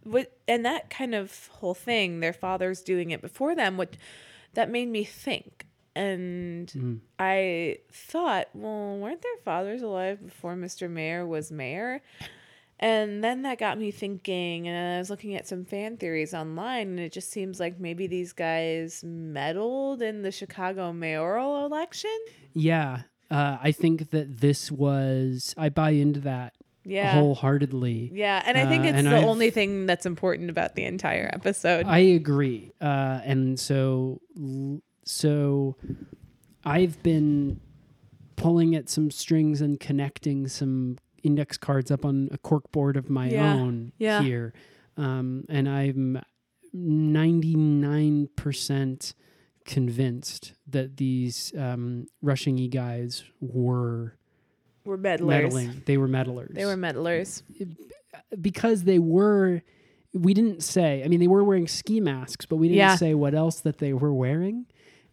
Speaker 2: what and that kind of whole thing, their fathers doing it before them, what that made me think. And
Speaker 1: Mm.
Speaker 2: I thought, well, weren't their fathers alive before Mr. Mayor was mayor? And then that got me thinking, and I was looking at some fan theories online, and it just seems like maybe these guys meddled in the Chicago mayoral election.
Speaker 1: Yeah, uh, I think that this was. I buy into that
Speaker 2: Yeah.
Speaker 1: wholeheartedly.
Speaker 2: Yeah, and I
Speaker 1: Oh,
Speaker 2: think
Speaker 1: Uh,
Speaker 2: it's
Speaker 1: and
Speaker 2: the
Speaker 1: I've-
Speaker 2: only thing that's important about the entire episode.
Speaker 1: I agree, uh, and so l- so I've been pulling at some strings and connecting some index cards up on a cork board of my
Speaker 2: Yeah,
Speaker 1: own
Speaker 2: yeah.
Speaker 1: here, um, and I'm ninety nine percent convinced that these um, Russian guys were
Speaker 2: We're meddlers.
Speaker 1: meddling. They were meddlers.
Speaker 2: They were meddlers.
Speaker 1: because they were we didn't say i mean they were wearing ski masks but we didn't
Speaker 2: Yeah.
Speaker 1: say what else that they were wearing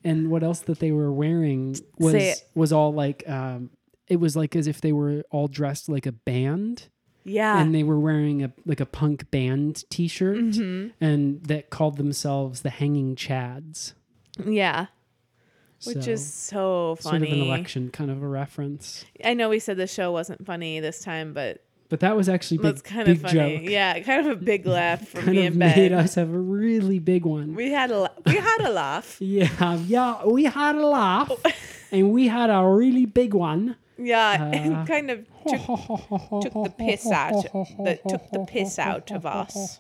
Speaker 1: and what else that they were wearing was
Speaker 2: it.
Speaker 1: was all like um it was like as if they were all dressed like a band
Speaker 2: Yeah.
Speaker 1: and they were wearing a like a punk band t-shirt
Speaker 2: Mm-hmm.
Speaker 1: and that called themselves the hanging chads
Speaker 2: yeah. Which
Speaker 1: So,
Speaker 2: is so
Speaker 1: sort
Speaker 2: funny.
Speaker 1: of an election kind of a reference
Speaker 2: I know we said the show wasn't funny this time, but
Speaker 1: but that was actually big,
Speaker 2: that's kind
Speaker 1: big
Speaker 2: of funny.
Speaker 1: joke
Speaker 2: Yeah, kind of a big laugh from
Speaker 1: kind
Speaker 2: me
Speaker 1: of
Speaker 2: and
Speaker 1: made
Speaker 2: Ben.
Speaker 1: us have a really big one
Speaker 2: We had a la- we had a laugh.
Speaker 1: Yeah, um, yeah, we had a laugh, and we had a really big one.
Speaker 2: Yeah,
Speaker 1: Uh,
Speaker 2: and kind of took, took the piss out. The, took the piss out of us.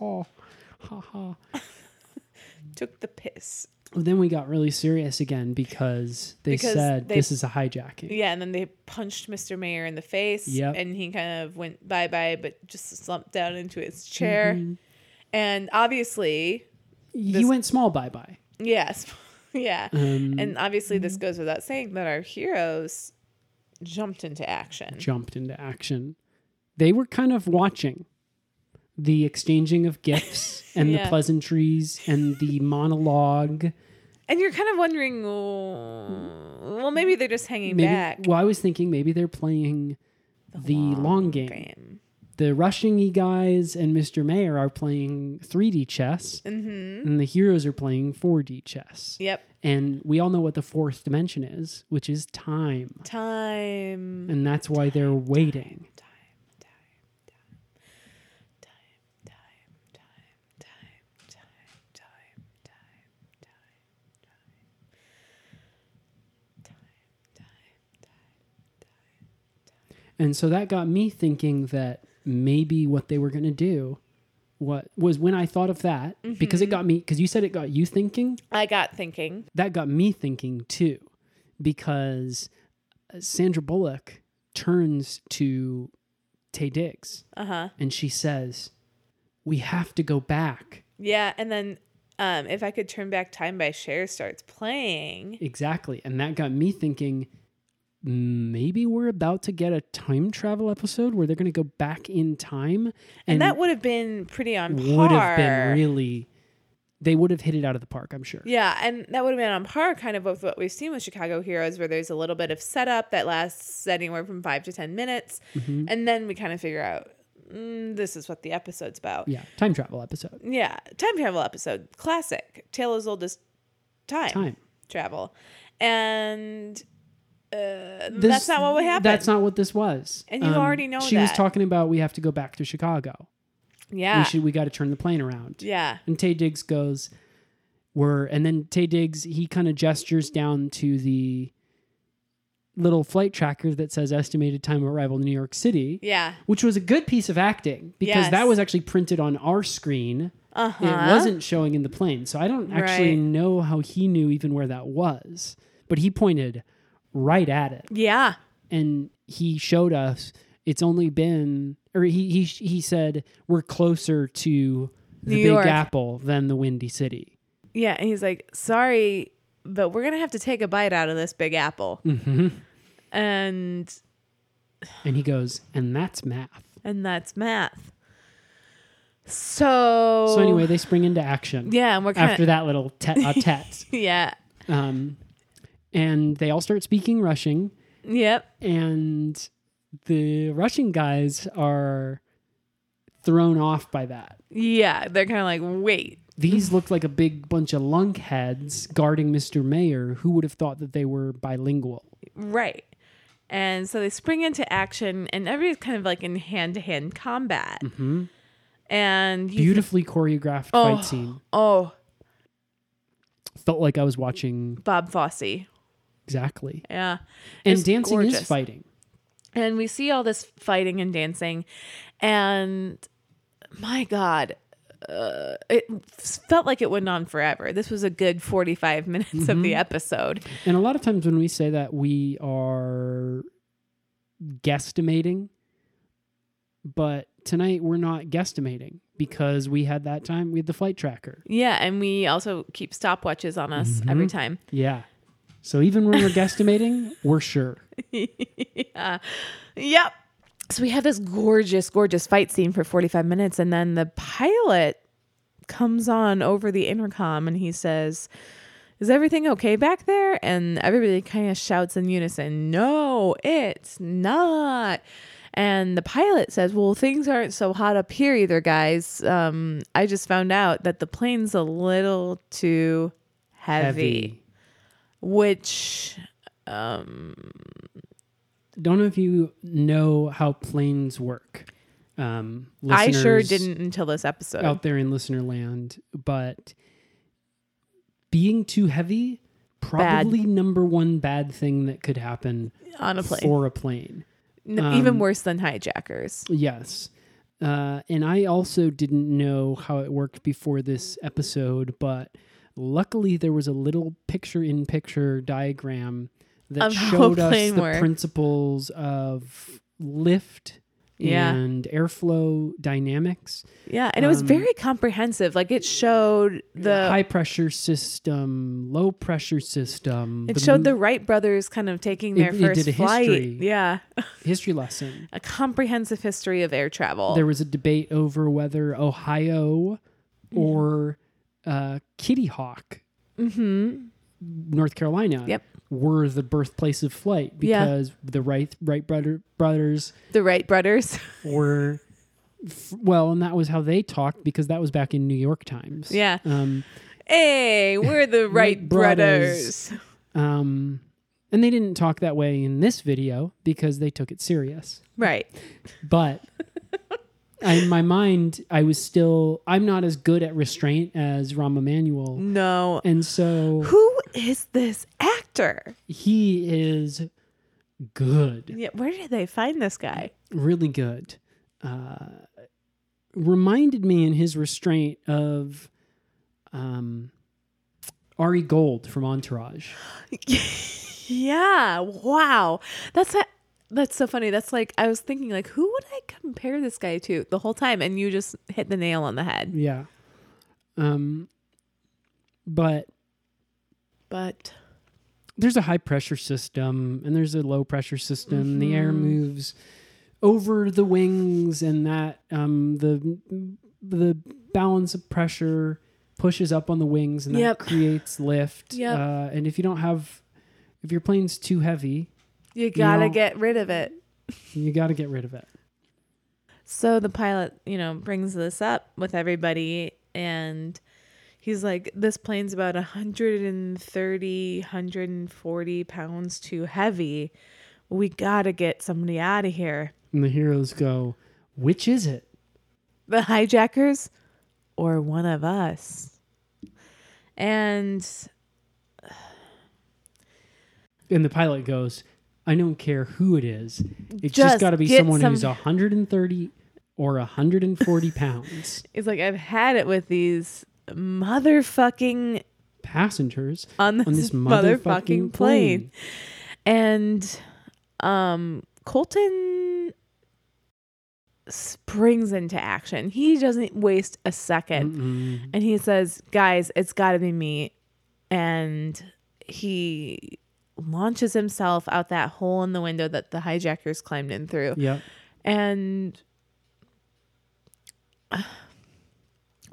Speaker 2: took the piss.
Speaker 1: Then we got really serious again because they
Speaker 2: Because
Speaker 1: said
Speaker 2: they-
Speaker 1: this is a hijacking.
Speaker 2: Yeah, and then they punched Mr. Mayor in the face.
Speaker 1: Yep.
Speaker 2: And he kind of went bye bye, but just slumped down into
Speaker 1: Mm-hmm.
Speaker 2: his chair. And obviously,
Speaker 1: He went small bye bye.
Speaker 2: yes. yeah.
Speaker 1: Um,
Speaker 2: and obviously, this goes without saying that our heroes jumped into action.
Speaker 1: jumped into action. They were kind of watching the exchanging of gifts and
Speaker 2: Yeah.
Speaker 1: the pleasantries and the monologue.
Speaker 2: And you're kind of wondering, oh, well, maybe they're just hanging
Speaker 1: Maybe,
Speaker 2: back.
Speaker 1: well, I was thinking maybe they're playing the, long, game.
Speaker 2: Bam.
Speaker 1: the Rushing guys and Mr. Mayor are playing 3D chess, and the heroes are playing 4D chess.
Speaker 2: Yep.
Speaker 1: And we all know what the fourth dimension is, which is time.
Speaker 2: Time.
Speaker 1: And that's why they're waiting. And so that got me thinking that maybe what they were going to do what was when I thought of that because it got me because you said it got you thinking
Speaker 2: I got thinking.
Speaker 1: that got me thinking too because uh, Sandra Bullock turns to Tay Diggs
Speaker 2: Uh-huh.
Speaker 1: and she says, We have to go back.
Speaker 2: Yeah. And then um, if I could turn back time by Cher starts playing.
Speaker 1: Exactly. And that got me thinking maybe we're about to get a time travel episode where they're going to go back in time.
Speaker 2: And, that would have been pretty on par.
Speaker 1: would have been really, they would have hit it out of the park, I'm sure.
Speaker 2: yeah, and that would have been on par kind of with what we've seen with Chicago Heroes, where there's a little bit of setup that lasts anywhere from five to 10 minutes.
Speaker 1: Mm-hmm.
Speaker 2: And then we kind of figure out mm, this is what the episode's about.
Speaker 1: Yeah. Time travel episode.
Speaker 2: Yeah, time travel episode, classic, tale as old as time,
Speaker 1: Time.
Speaker 2: travel, and uh,
Speaker 1: This-
Speaker 2: that's not what would happen.
Speaker 1: That's not what this was. Um,
Speaker 2: And you already know
Speaker 1: She was
Speaker 2: that. Ah.
Speaker 1: talking about we have to go back to Chicago.
Speaker 2: yeah,
Speaker 1: we should we got to turn the plane around
Speaker 2: yeah,
Speaker 1: and tay diggs goes we're and then tay diggs he kind of gestures down to the little flight tracker that says estimated time of arrival to New York City.
Speaker 2: Yeah.
Speaker 1: Which was a good piece of acting because
Speaker 2: Yes. Uh-huh.
Speaker 1: that was actually printed on our screen. And it wasn't showing in the plane. So I don't actually
Speaker 2: Right.
Speaker 1: know how he knew even where that was. But he pointed right at it
Speaker 2: Yeah.
Speaker 1: and he showed us it's only been or he he he said we're closer to the
Speaker 2: New
Speaker 1: Big
Speaker 2: York.
Speaker 1: Apple than the Windy City.
Speaker 2: Yeah. And he's like, sorry, but we're going to have to take a bite out of this big apple.
Speaker 1: Mm-hmm.
Speaker 2: And
Speaker 1: And he goes, and that's math.
Speaker 2: and that's math. So
Speaker 1: So anyway, they spring into action.
Speaker 2: Oh. Yeah, and we're kinda-
Speaker 1: after that little tet a tet,
Speaker 2: yeah,
Speaker 1: um, and they all start speaking Russian,
Speaker 2: yep,
Speaker 1: and the Russian guys are thrown off by that.
Speaker 2: yeah. They're kind of like, wait,
Speaker 1: These look like a big bunch of lunkheads guarding Mr. Mayor. Who would have thought that they were bilingual?
Speaker 2: right. And so they spring into action, and everybody's kind of like in hand to hand combat.
Speaker 1: Mm.
Speaker 2: And you,
Speaker 1: Hmm? Beautifully choreographed
Speaker 2: Oh.
Speaker 1: fight scene.
Speaker 2: oh,
Speaker 1: Felt like I was watching
Speaker 2: Bob Fosse,
Speaker 1: exactly.
Speaker 2: yeah,
Speaker 1: And
Speaker 2: It's
Speaker 1: dancing is
Speaker 2: gorgeous.
Speaker 1: fighting.
Speaker 2: And we see all this fighting and dancing, and my God, uh, it felt like it went on forever. This was a good forty-five minutes of
Speaker 1: Mm-hmm.
Speaker 2: the episode.
Speaker 1: And a lot of times when we say that, we are guesstimating. But tonight we're not guesstimating because we had that time. We had the flight tracker.
Speaker 2: Yeah, and we also keep stopwatches on us every time.
Speaker 1: Yeah. So even when we're guesstimating, we're sure.
Speaker 2: Yep. So we have this gorgeous, gorgeous fight scene for 45 minutes, and then the pilot comes on over the intercom and he says, Is everything okay back there? And everybody kind of shouts in unison, No, it's not. And the pilot says, Well, things aren't so hot up here either, guys. Um, I just found out that the plane's a little too heavy. which
Speaker 1: Don't know if you know how planes work. Um,
Speaker 2: I sure
Speaker 1: listeners-
Speaker 2: didn't until this episode.
Speaker 1: out there in listener land, but being too heavy probably number one bad thing that could happen
Speaker 2: On a plane.
Speaker 1: for a plane.
Speaker 2: N-
Speaker 1: um,
Speaker 2: even worse than hijackers.
Speaker 1: Yes. Uh, and I also didn't know how it worked before this episode, but luckily there was a little picture in picture diagram that
Speaker 2: Of how
Speaker 1: showed
Speaker 2: a
Speaker 1: us
Speaker 2: plane
Speaker 1: the
Speaker 2: works.
Speaker 1: principles of lift
Speaker 2: Yeah.
Speaker 1: and airflow dynamics.
Speaker 2: Yeah, and it
Speaker 1: um,
Speaker 2: was very comprehensive. Like it showed the
Speaker 1: high pressure system, low pressure system.
Speaker 2: it
Speaker 1: the
Speaker 2: showed the
Speaker 1: mo-
Speaker 2: Wright brothers kind of taking their
Speaker 1: It- it
Speaker 2: first
Speaker 1: did a
Speaker 2: flight.
Speaker 1: history.
Speaker 2: Yeah,
Speaker 1: history lesson.
Speaker 2: a comprehensive history of air travel.
Speaker 1: There was a debate over whether Ohio or uh, Kitty Hawk, mm-hmm. North Carolina,
Speaker 2: Yep.
Speaker 1: were the birthplace of flight
Speaker 2: Yeah.
Speaker 1: because the Wright Wright brother, brothers
Speaker 2: the Wright brothers.
Speaker 1: were. f- Well, and that was how they talked because that was back in New York times.
Speaker 2: Yeah.
Speaker 1: Um,
Speaker 2: hey, we're the Wright,
Speaker 1: Wright brothers.
Speaker 2: brothers.
Speaker 1: um, and they didn't talk that way in this video because they took it serious.
Speaker 2: Right.
Speaker 1: but I- in my mind i was still i'm not as good at restraint as rahm emanuel
Speaker 2: No.
Speaker 1: and so
Speaker 2: Who is this actor?
Speaker 1: he is good
Speaker 2: Yeah, where did they find this guy?
Speaker 1: really good uh, reminded me in his restraint of um, ari gold from entourage
Speaker 2: Yeah. Wow. That's a, that's so funny. That's like I was thinking like who would I compare this guy to the whole time and you just hit the nail on the head.
Speaker 1: yeah um, but
Speaker 2: But
Speaker 1: there's a high pressure system and there's a low pressure system. The air
Speaker 2: Mm-hmm.
Speaker 1: moves over the wings, and that um, the the balance of pressure pushes up on the wings, and
Speaker 2: Yep.
Speaker 1: that creates lift.
Speaker 2: Yep.
Speaker 1: Uh, and if you don't have, if your plane's too heavy,
Speaker 2: you got to
Speaker 1: know-
Speaker 2: get rid of it.
Speaker 1: you got to get rid of it.
Speaker 2: So the pilot, you know, brings this up with everybody and he's like this plane's about 130 140 pounds too heavy. We got to get somebody out of here.
Speaker 1: And the heroes go, which is it?
Speaker 2: the hijackers or one of us. And
Speaker 1: And the pilot goes, I don't care who it is. It's just,
Speaker 2: Just
Speaker 1: got to be
Speaker 2: get
Speaker 1: someone
Speaker 2: some-
Speaker 1: who's 130 or 140 pounds.
Speaker 2: It's like I've had it with these motherfucking
Speaker 1: Passengers
Speaker 2: on this,
Speaker 1: on this
Speaker 2: motherfucking,
Speaker 1: motherfucking
Speaker 2: plane.
Speaker 1: plane.
Speaker 2: And um Colton springs into action. He doesn't waste a 2nd
Speaker 1: Mm-mm.
Speaker 2: And he says, "Guys, it's got to be me." And he launches himself out that hole in the window that the hijackers climbed in through.
Speaker 1: Yep.
Speaker 2: And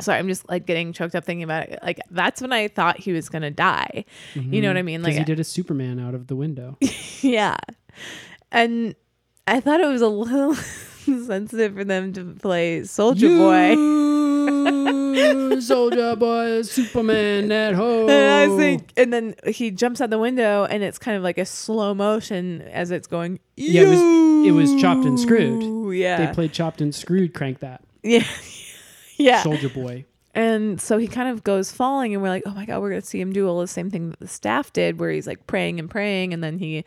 Speaker 2: sorry, I'm just like getting choked up thinking about it. Like that's when I thought he was gonna die. You know what I mean?
Speaker 1: Because
Speaker 2: Like
Speaker 1: Mm-hmm. he did a Superman out of the window.
Speaker 2: yeah. And I thought it was a little sensitive for them to play Soldier Boy.
Speaker 1: You soldier boy, Superman at home.
Speaker 2: And I think, and then he jumps out the window, and it's kind of like a slow motion as it's going.
Speaker 1: Yeah, it was, it was chopped and screwed.
Speaker 2: "Ew." Yeah,
Speaker 1: They played chopped and screwed. Crank that,
Speaker 2: yeah, yeah.
Speaker 1: soldier boy.
Speaker 2: And so he kind of goes falling, and we're like, oh my god, we're gonna see him do all the same thing that the staff did, where he's like praying and praying, and then he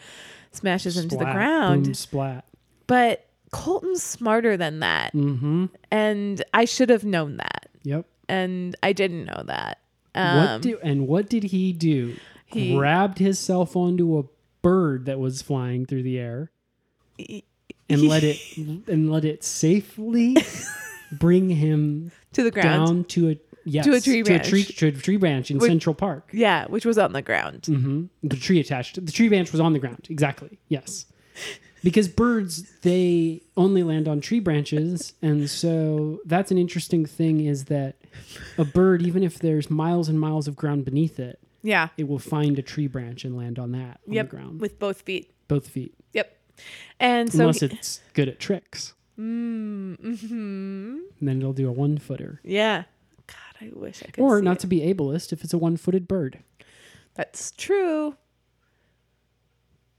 Speaker 2: smashes into the
Speaker 1: Splat,
Speaker 2: ground.
Speaker 1: boom, splat.
Speaker 2: But Colton's smarter than that,
Speaker 1: Mm-hmm.
Speaker 2: and I should have known that,
Speaker 1: Yep.
Speaker 2: and I didn't know that.
Speaker 1: what do, and what did he do?
Speaker 2: Um, he-
Speaker 1: grabbed himself onto a bird that was flying through the air and let it and let it safely bring him
Speaker 2: to the ground.
Speaker 1: down to a yes,
Speaker 2: To a tree branch. Mm-hmm.
Speaker 1: to a tree, to a tree branch in
Speaker 2: Which-
Speaker 1: Central Park.
Speaker 2: Yeah, which was on the ground.
Speaker 1: hmm The tree attached. The tree branch was on the ground. Exactly. Yes. Because birds, they only land on tree branches, and so that's an interesting thing. Is that a bird, even if there's miles and miles of ground beneath it,
Speaker 2: Yeah.
Speaker 1: it will find a tree branch and land on that on the ground with
Speaker 2: with both feet.
Speaker 1: both feet,
Speaker 2: Yep. And so
Speaker 1: unless
Speaker 2: he-
Speaker 1: it's good at tricks. Mm-hmm. And then it'll do a one footer,
Speaker 2: yeah. God, I wish I could.
Speaker 1: or
Speaker 2: see
Speaker 1: not
Speaker 2: it.
Speaker 1: to be ableist if it's a one footed bird.
Speaker 2: That's true.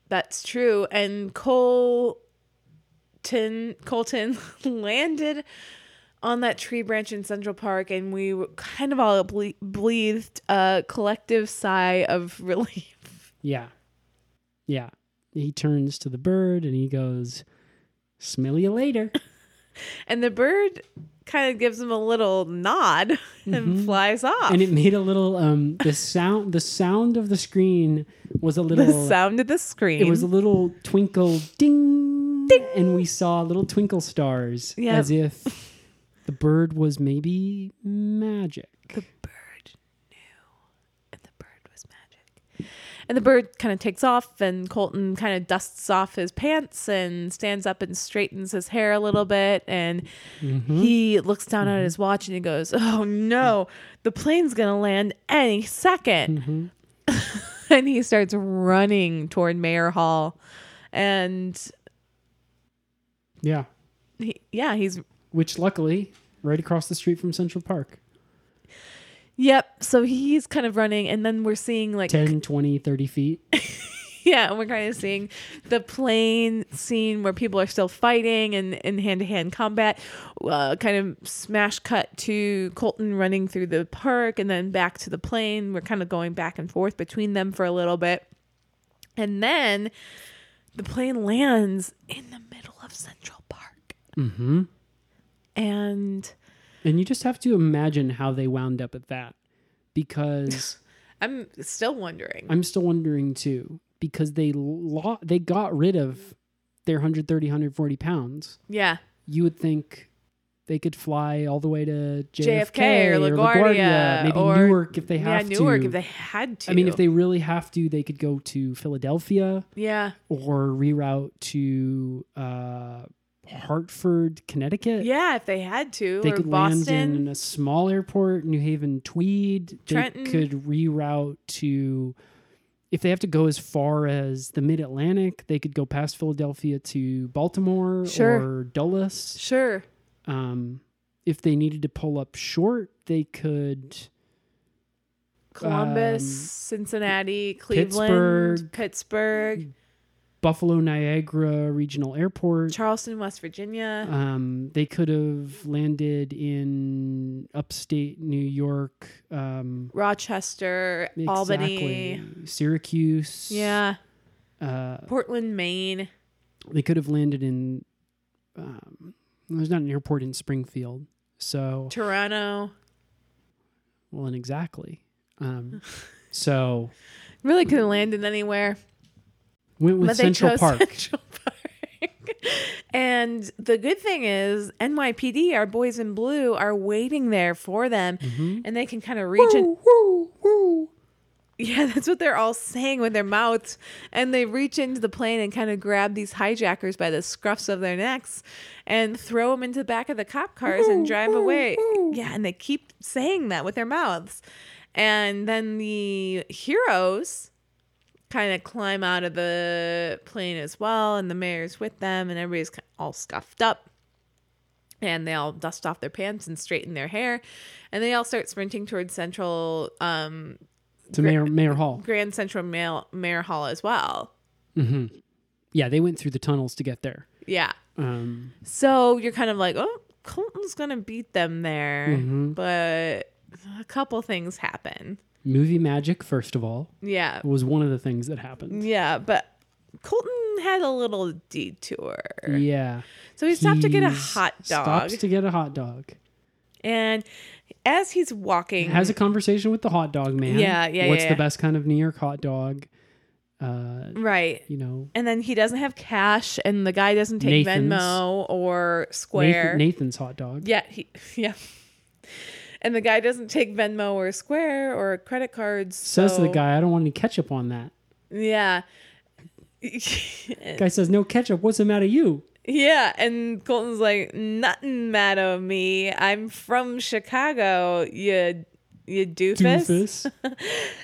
Speaker 2: That's true. And Colton Colton landed on that tree branch in Central Park, and we were kind of all ble- breathed a collective sigh of relief.
Speaker 1: Yeah. Yeah. He turns to the bird and he goes, Smell you later.
Speaker 2: And the bird kind of gives him a little nod and flies off.
Speaker 1: Mm-hmm. and it made a little um the sound the sound of the screen was a
Speaker 2: the
Speaker 1: little
Speaker 2: sound of the screen.
Speaker 1: it was a little twinkle ding ding and we saw little twinkle stars
Speaker 2: Yeah.
Speaker 1: as if the bird was maybe magic.
Speaker 2: bird knew, and the bird was magic. And the bird kind of takes off, and Colton kind of dusts off his pants and stands up and straightens his hair a little bit. And he looks down at his watch and he goes, Oh no, the plane's gonna land any 2nd and he starts running toward Mayor Hall. And
Speaker 1: Yeah.
Speaker 2: he, yeah, he's
Speaker 1: Which luckily right across the street from Central Park.
Speaker 2: yep. So he's kind of running, and then we're seeing like
Speaker 1: 10, 20, 30 feet.
Speaker 2: Yeah, and we're kind of seeing the plane scene where people are still fighting and in hand to hand combat. Uh, kind of smash cut to Colton running through the park and then back to the plane. We're kind of going back and forth between them for a little bit. And then the plane lands in the middle of Central Park. Mm-hmm. And
Speaker 1: And you just have to imagine how they wound up at that. Because
Speaker 2: I'm still wondering.
Speaker 1: I'm still wondering too because they lo- they got rid of their 130 140 pounds.
Speaker 2: yeah.
Speaker 1: You would think they could fly all the way to JFK,
Speaker 2: JFK or LaGuardia,
Speaker 1: maybe
Speaker 2: or-
Speaker 1: Newark if they have
Speaker 2: yeah, Newark
Speaker 1: to.
Speaker 2: if they had to.
Speaker 1: I mean, if they really have to, they could go to Philadelphia
Speaker 2: Yeah.
Speaker 1: or reroute to uh, Hartford, Connecticut.
Speaker 2: Yeah, if they had to,
Speaker 1: They
Speaker 2: or
Speaker 1: could land in
Speaker 2: Boston.
Speaker 1: a small airport, New Haven, Tweed.
Speaker 2: Trenton.
Speaker 1: They could reroute to, if they have to go as far as the Mid Atlantic, they could go past Philadelphia to Baltimore
Speaker 2: Sure.
Speaker 1: or Dulles.
Speaker 2: Sure.
Speaker 1: Um, if they needed to pull up short, they could.
Speaker 2: Columbus,
Speaker 1: Um,
Speaker 2: Cincinnati, Cleveland, Pittsburgh,
Speaker 1: Pittsburgh.
Speaker 2: Buffalo.
Speaker 1: Buffalo Niagara Regional Airport.
Speaker 2: Charleston, West Virginia.
Speaker 1: Um, they could have landed in upstate New York, um,
Speaker 2: Rochester, Albany.
Speaker 1: exactly, Syracuse.
Speaker 2: Yeah.
Speaker 1: Uh,
Speaker 2: Portland, Maine.
Speaker 1: they could have landed in. Um, there's not an airport in Springfield, so
Speaker 2: Toronto.
Speaker 1: well, and exactly. Um, so
Speaker 2: Really could have landed anywhere.
Speaker 1: went with
Speaker 2: but they
Speaker 1: Central
Speaker 2: chose
Speaker 1: Park.
Speaker 2: Central Park. and the good thing is NYPD, our boys in blue, are waiting there for them
Speaker 1: Mm-hmm.
Speaker 2: and they can kind of reach in. Yeah, that's what they're all saying with their mouths. And they reach into the plane and kind of grab these hijackers by the scruffs of their necks and throw them into the back of the cop cars and drive away. Yeah, and they keep saying that with their mouths. And then the heroes kind of climb out of the plane as well, and the mayor's with them, and everybody's ki- all scuffed up. And they all dust off their pants and straighten their hair, and they all start sprinting towards Central um,
Speaker 1: to Mayor Mayor Hall.
Speaker 2: Grand Central Mail, Mayor Hall as well.
Speaker 1: Yeah, they went through the tunnels to get there.
Speaker 2: Yeah.
Speaker 1: Um,
Speaker 2: So you're kind of like, oh, Colton's going to beat them there.
Speaker 1: Mm-hmm.
Speaker 2: But a couple things happen.
Speaker 1: movie magic, first of all,
Speaker 2: Yeah.
Speaker 1: was one of the things that happened.
Speaker 2: Yeah. But Colton had a little detour.
Speaker 1: Yeah.
Speaker 2: So he stopped to get a
Speaker 1: He
Speaker 2: hot dog.
Speaker 1: Stops to get a hot dog.
Speaker 2: and as he's walking,
Speaker 1: Has a conversation with the hot dog man.
Speaker 2: Yeah, yeah,
Speaker 1: What's
Speaker 2: yeah,
Speaker 1: the
Speaker 2: yeah.
Speaker 1: best kind of New York hot dog? Uh,
Speaker 2: right.
Speaker 1: you know,
Speaker 2: And then he doesn't have cash, and the guy doesn't take
Speaker 1: Nathan's.
Speaker 2: Venmo or Square.
Speaker 1: Nathan, Nathan's hot dog.
Speaker 2: Yeah, he yeah. And the guy doesn't take Venmo or Square or credit cards.
Speaker 1: Says to the
Speaker 2: so-
Speaker 1: guy, I don't want any ketchup on that.
Speaker 2: Yeah.
Speaker 1: Guy says, No ketchup. What's the matter, you?
Speaker 2: yeah, and Colton's like, "Nothing matter of me. I'm from Chicago. You you doofus.
Speaker 1: Doofus.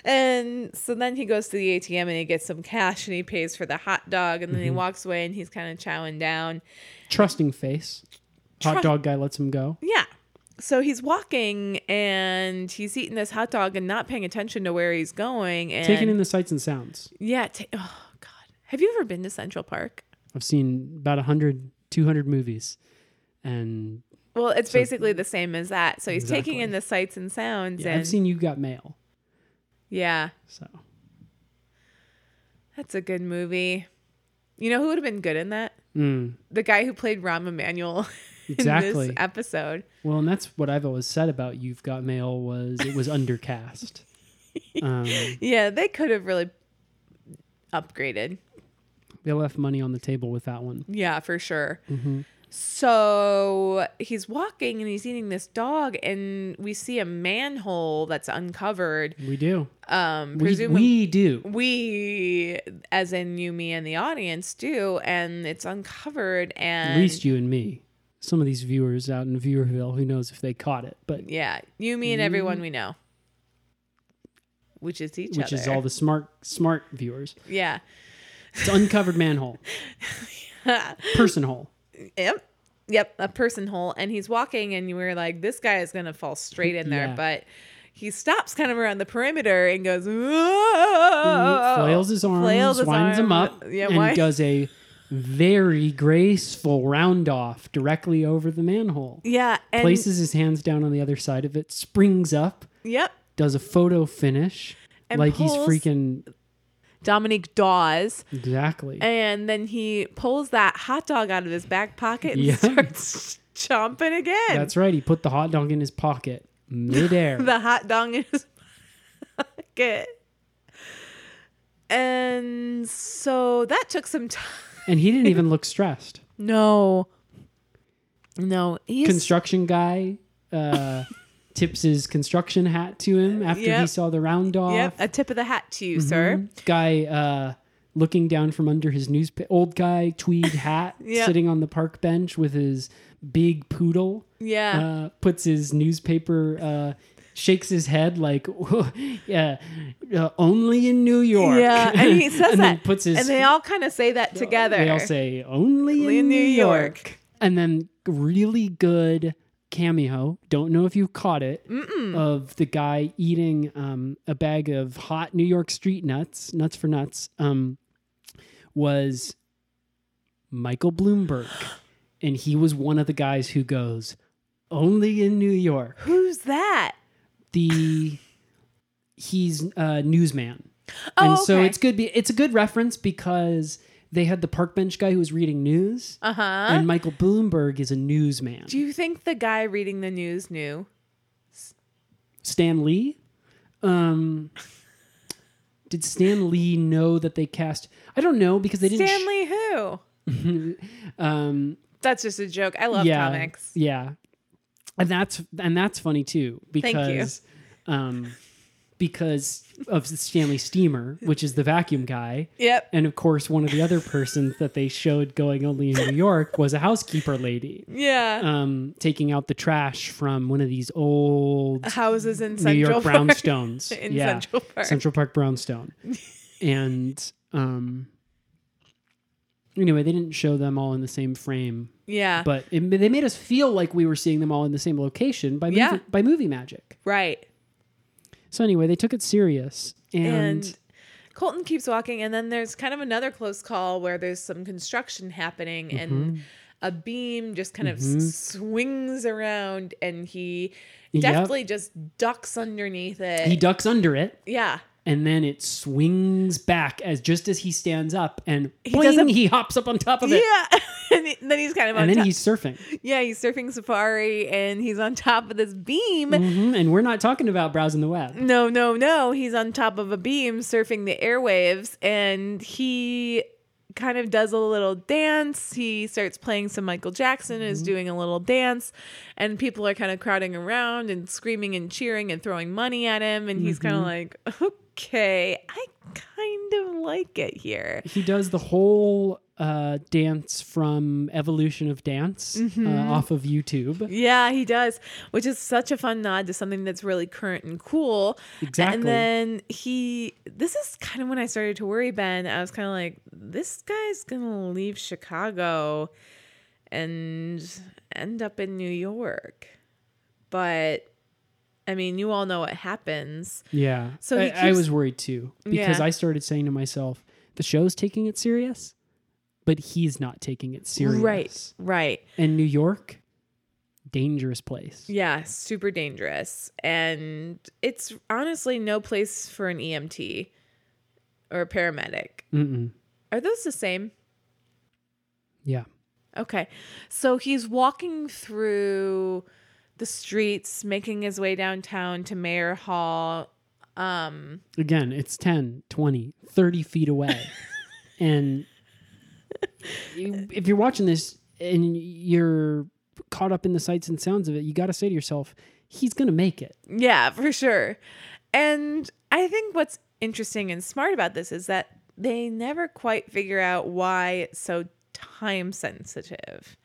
Speaker 2: And so then he goes to the ATM and he gets some cash and he pays for the hot dog and then
Speaker 1: Mm-hmm.
Speaker 2: he walks away and he's kind of chowing down.
Speaker 1: Trusting face. Hot
Speaker 2: Trust-
Speaker 1: dog guy lets him go.
Speaker 2: Yeah. So he's walking and he's eating this hot dog and not paying attention to where he's going. And
Speaker 1: Taking in the sights and sounds.
Speaker 2: yeah, ta- oh god, have you ever been to Central Park?
Speaker 1: I've seen about 100, 200 movies. And
Speaker 2: Well, it's basically the same as that. So he's taking in
Speaker 1: Exactly.
Speaker 2: the sights and sounds,
Speaker 1: yeah,
Speaker 2: and
Speaker 1: I've seen You Got Mail.
Speaker 2: yeah,
Speaker 1: So
Speaker 2: that's a good movie. You know who would have been good in that?
Speaker 1: Mm.
Speaker 2: The guy who played Rahm Emanuel in
Speaker 1: Exactly.
Speaker 2: this episode.
Speaker 1: Well, and that's what I've always said about You've Got Mail was it was undercast. Um,
Speaker 2: Yeah, they could have really upgraded.
Speaker 1: they left money on the table with that one.
Speaker 2: Yeah, for sure.
Speaker 1: Mm-hmm.
Speaker 2: So he's walking and he's eating this dog, and we see a manhole that's uncovered.
Speaker 1: We do.
Speaker 2: Um,
Speaker 1: We,
Speaker 2: presumably,
Speaker 1: we do.
Speaker 2: we, as in you, me, and the audience, do, and it's uncovered. And
Speaker 1: At least you and me. Some of these viewers out in Viewerville, who knows if they caught it, but
Speaker 2: yeah, you, me, and everyone we know, which is each
Speaker 1: which
Speaker 2: other.
Speaker 1: is all the smart smart viewers.
Speaker 2: yeah.
Speaker 1: It's uncovered manhole. Person hole.
Speaker 2: Yep. Yep, a person hole. And he's walking, and you were like, this guy is going to fall straight in there.
Speaker 1: Yeah.
Speaker 2: But he stops kind of around the perimeter and goes, Whoa!
Speaker 1: Mm-hmm. flails his arms,
Speaker 2: Oh, Flails his
Speaker 1: winds him
Speaker 2: arm.
Speaker 1: up,
Speaker 2: Yeah,
Speaker 1: and
Speaker 2: why-
Speaker 1: does a very graceful round off directly over the manhole.
Speaker 2: Yeah. And,
Speaker 1: Places his hands down on the other side of it, springs up,
Speaker 2: Yep.
Speaker 1: does a photo finish,
Speaker 2: And
Speaker 1: like
Speaker 2: pulls-
Speaker 1: he's freaking
Speaker 2: Dominique Dawes.
Speaker 1: exactly.
Speaker 2: And then he pulls that hot dog out of his back pocket and
Speaker 1: Yeah.
Speaker 2: starts chomping again.
Speaker 1: That's right. He put the hot dog in his pocket midair.
Speaker 2: the hot dog in his pocket. And so that took some time.
Speaker 1: and he didn't even look stressed.
Speaker 2: No. No, he's
Speaker 1: Construction guy uh, tips his construction hat to him after he
Speaker 2: Yep.
Speaker 1: saw the round off. Mm-hmm.
Speaker 2: yep, a tip of the hat to you, sir.
Speaker 1: guy uh, looking down from under his newspaper, old guy tweed hat,
Speaker 2: Yeah.
Speaker 1: sitting on the park bench with his big poodle,
Speaker 2: Yeah.
Speaker 1: uh, puts his newspaper, uh, shakes his head like, yeah, uh, only in New Uh, York.
Speaker 2: yeah, and he says
Speaker 1: And then
Speaker 2: that.
Speaker 1: puts his-
Speaker 2: and they all kind of say that together.
Speaker 1: They all say, only
Speaker 2: Only
Speaker 1: in New York.
Speaker 2: York.
Speaker 1: And then really good cameo. Don't know if you caught it of the guy eating um, a bag of hot New York street nuts, nuts for nuts. Um, was Michael Bloomberg, and he was one of the guys who goes only in New York.
Speaker 2: Who's that?
Speaker 1: The he's a newsman. and
Speaker 2: Oh,
Speaker 1: so
Speaker 2: okay.
Speaker 1: it's good. Be, it's a good reference because they had the park bench guy who was reading news, uh-huh. and Michael Bloomberg is a newsman.
Speaker 2: Do you think the guy reading the news knew?
Speaker 1: Stan Lee. Um, did Stan Lee know that they cast? I don't know because they didn't. sh-
Speaker 2: Stanley who?
Speaker 1: um,
Speaker 2: That's just a joke. I love
Speaker 1: yeah,
Speaker 2: comics.
Speaker 1: yeah, and that's and that's funny too
Speaker 2: you.
Speaker 1: because, um, because of Stanley Steamer, which is the vacuum guy.
Speaker 2: Yep.
Speaker 1: And of course, one of the other persons that they showed going only in New York was a housekeeper lady
Speaker 2: Yeah.
Speaker 1: um, taking out the trash from one of these old
Speaker 2: Houses in
Speaker 1: New
Speaker 2: Central
Speaker 1: York
Speaker 2: Park.
Speaker 1: brownstones.
Speaker 2: In
Speaker 1: yeah.
Speaker 2: Central Park.
Speaker 1: Central Park brownstone. and um, anyway, they didn't show them all in the same frame,
Speaker 2: Yeah.
Speaker 1: but it, they made us feel like we were seeing them all in the same location by movie,
Speaker 2: Yeah.
Speaker 1: by movie magic.
Speaker 2: right.
Speaker 1: So anyway, they took it serious. And,
Speaker 2: and Colton keeps walking, and then there's kind of another close call where there's some construction happening,
Speaker 1: Mm-hmm.
Speaker 2: and a beam just kind of s- swings around, and he
Speaker 1: Yep.
Speaker 2: deftly just ducks underneath it.
Speaker 1: he ducks under it.
Speaker 2: yeah,
Speaker 1: and then it swings back as just as he stands up and he,
Speaker 2: does a-
Speaker 1: he hops up on top of it
Speaker 2: yeah, and he- then he's kind of on
Speaker 1: and then
Speaker 2: top.
Speaker 1: he's surfing
Speaker 2: yeah, he's surfing safari, and he's on top of this beam.
Speaker 1: Mhm, and we're not talking about browsing the web
Speaker 2: No, no, no. He's on top of a beam surfing the airwaves and he kind of does a little dance. He starts playing some Michael Jackson, is doing a little dance, and people are kind of crowding around and screaming and cheering and throwing money at him. And he's kind of like, okay, I kind of like it here.
Speaker 1: he does the whole uh, dance from evolution of dance
Speaker 2: Mm-hmm.
Speaker 1: uh, off of youtube
Speaker 2: Yeah, he does, which is such a fun nod to something that's really current and cool.
Speaker 1: Exactly.
Speaker 2: And then he, this is kind of when I started to worry, Ben. I was kind of like, this guy's going to leave Chicago and end up in New York. But I mean, you all know what happens.
Speaker 1: yeah
Speaker 2: So
Speaker 1: I, I
Speaker 2: he keeps-
Speaker 1: was worried too because
Speaker 2: Yeah.
Speaker 1: i started saying to myself the show's taking it serious but he's not taking it serious
Speaker 2: Right, right.
Speaker 1: and new york dangerous place
Speaker 2: Yeah, super dangerous. And it's honestly no place for an EMT or a paramedic.
Speaker 1: Mm-mm.
Speaker 2: Are those the same?
Speaker 1: yeah
Speaker 2: Okay. So he's walking through the streets, making his way downtown to Mayor Hall. Um,
Speaker 1: again it's 10 20 30 feet away and you- if you're watching this and you're caught up in the sights and sounds of it you got to say to yourself he's gonna make it
Speaker 2: yeah, for sure. And I think what's interesting and smart about this is that they never quite figure out why it's so time sensitive.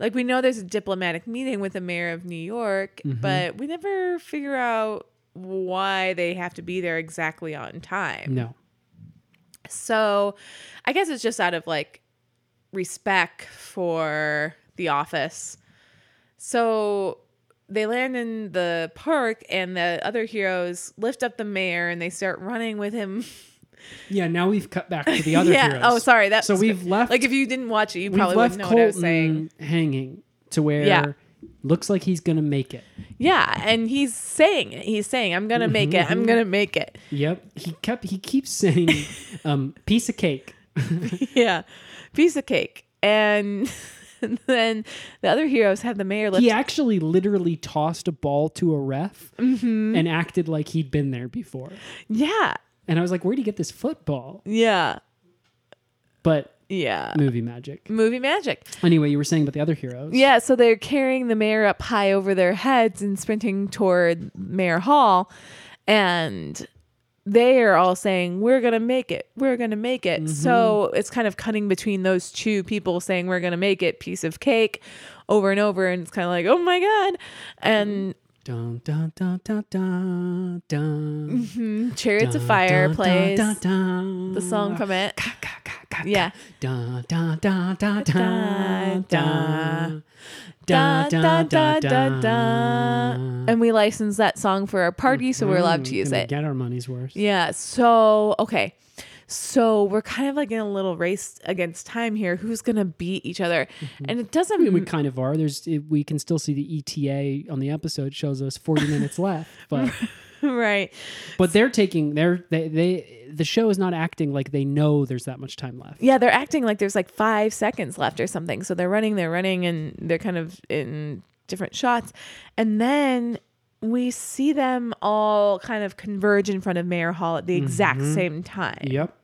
Speaker 2: Like we know there's a diplomatic meeting with the mayor of New York, but we never figure out why they have to be there exactly on time.
Speaker 1: no
Speaker 2: So I guess it's just out of like respect for the office. So they land in the park and the other heroes lift up the mayor and they start running with him.
Speaker 1: yeah now we've cut back to the other
Speaker 2: yeah.
Speaker 1: heroes
Speaker 2: Oh, sorry. That
Speaker 1: so
Speaker 2: was-
Speaker 1: we've left
Speaker 2: Like if you didn't watch it, you
Speaker 1: we've
Speaker 2: probably
Speaker 1: left
Speaker 2: wouldn't know
Speaker 1: colton
Speaker 2: what I was saying.
Speaker 1: hanging to where
Speaker 2: Yeah.
Speaker 1: looks like he's gonna make it
Speaker 2: Yeah, and he's saying it. He's saying, "I'm gonna make it.
Speaker 1: Mm-hmm.
Speaker 2: I'm gonna make it."
Speaker 1: yep he kept he keeps saying um piece of cake
Speaker 2: Yeah, piece of cake. And then the other heroes have the mayor lift
Speaker 1: he actually literally tossed a ball to a ref
Speaker 2: Mm-hmm.
Speaker 1: and acted like he'd been there before.
Speaker 2: Yeah,
Speaker 1: And I was like, where'd he get this football?
Speaker 2: yeah,
Speaker 1: But
Speaker 2: yeah.
Speaker 1: movie magic.
Speaker 2: movie magic.
Speaker 1: Anyway, you were saying about the other heroes.
Speaker 2: Yeah, so they're carrying the mayor up high over their heads and sprinting toward Mayor Hall. And they are all saying, We're going to make it. We're going to make it.
Speaker 1: Mm-hmm.
Speaker 2: So it's kind of cutting between those two people saying, We're going to make it, piece of cake, over and over. And it's kind of like, Oh my God. And
Speaker 1: Dun, dun, dun, dun, dun, dun,
Speaker 2: Chariots of
Speaker 1: dun,
Speaker 2: Fire
Speaker 1: dun,
Speaker 2: plays
Speaker 1: dun, dun, dun.
Speaker 2: the song from it.
Speaker 1: Ka, ka, ka, ka,
Speaker 2: Yeah.
Speaker 1: ka. Dun, dun, dun, dun, dun,
Speaker 2: Dun, dun.
Speaker 1: dun. Dun,
Speaker 2: da,
Speaker 1: dun,
Speaker 2: da,
Speaker 1: dun,
Speaker 2: da,
Speaker 1: dun.
Speaker 2: da. And we license that song for our party, so we're allowed to
Speaker 1: Mm,
Speaker 2: use
Speaker 1: gonna
Speaker 2: it.
Speaker 1: Get our money's worth.
Speaker 2: Yeah. So, okay. So we're kind of like in a little race against time here. Who's going to beat each other? And it doesn't.
Speaker 1: we kind E of are. There's it, we can still see the ETA on the episode shows us 40 minutes left, but
Speaker 2: right.
Speaker 1: But they're taking they're they, they the show is not acting like they know there's that much time left.
Speaker 2: Yeah, they're acting like there's like five seconds left or something. So they're running, they're running, and they're kind of in different shots. And then we see them all kind of converge in front of Mayor Hall at the exact same time.
Speaker 1: Yep.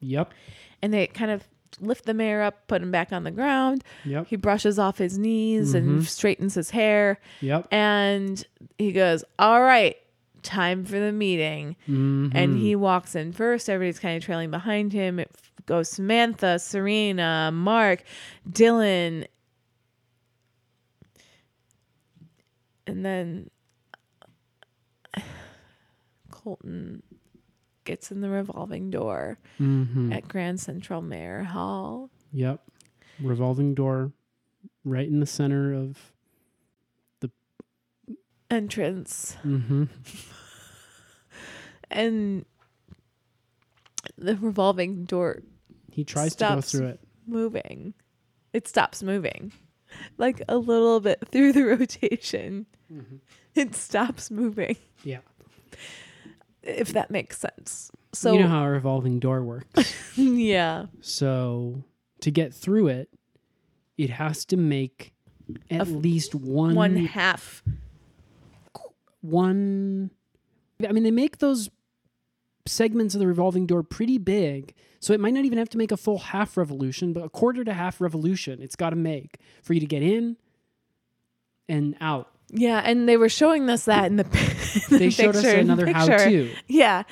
Speaker 1: Yep.
Speaker 2: And they kind of lift the mayor up, put him back on the ground.
Speaker 1: Yep.
Speaker 2: He brushes off his knees and straightens his hair.
Speaker 1: Yep.
Speaker 2: And he goes, All right, time for the meeting. And he walks in first. Everybody's kind of trailing behind him. It f- goes Samantha, Serena, Mark, Dylan. And then Colton gets in the revolving door
Speaker 1: Mm-hmm. Mm.
Speaker 2: at Grand Central Mayor Hall.
Speaker 1: Yep. Revolving door right in the center of
Speaker 2: entrance.
Speaker 1: Mm-hmm.
Speaker 2: and the revolving door
Speaker 1: he tries
Speaker 2: Stops.
Speaker 1: to go through it.
Speaker 2: moving. It stops moving. Like a little bit through the rotation. It stops moving,
Speaker 1: Mm-hmm. Yeah.
Speaker 2: if that makes sense. So,
Speaker 1: you know how a revolving door works.
Speaker 2: yeah,
Speaker 1: so to get through it, it has to make at least one
Speaker 2: one half.
Speaker 1: one I mean they make those segments of the revolving door pretty big so it might not even have to make a full half revolution but a quarter to half revolution it's got to make for you to get in and out
Speaker 2: Yeah, and they were showing us that in the, in the
Speaker 1: they showed us
Speaker 2: picture-
Speaker 1: another how
Speaker 2: picture.
Speaker 1: to
Speaker 2: Yeah,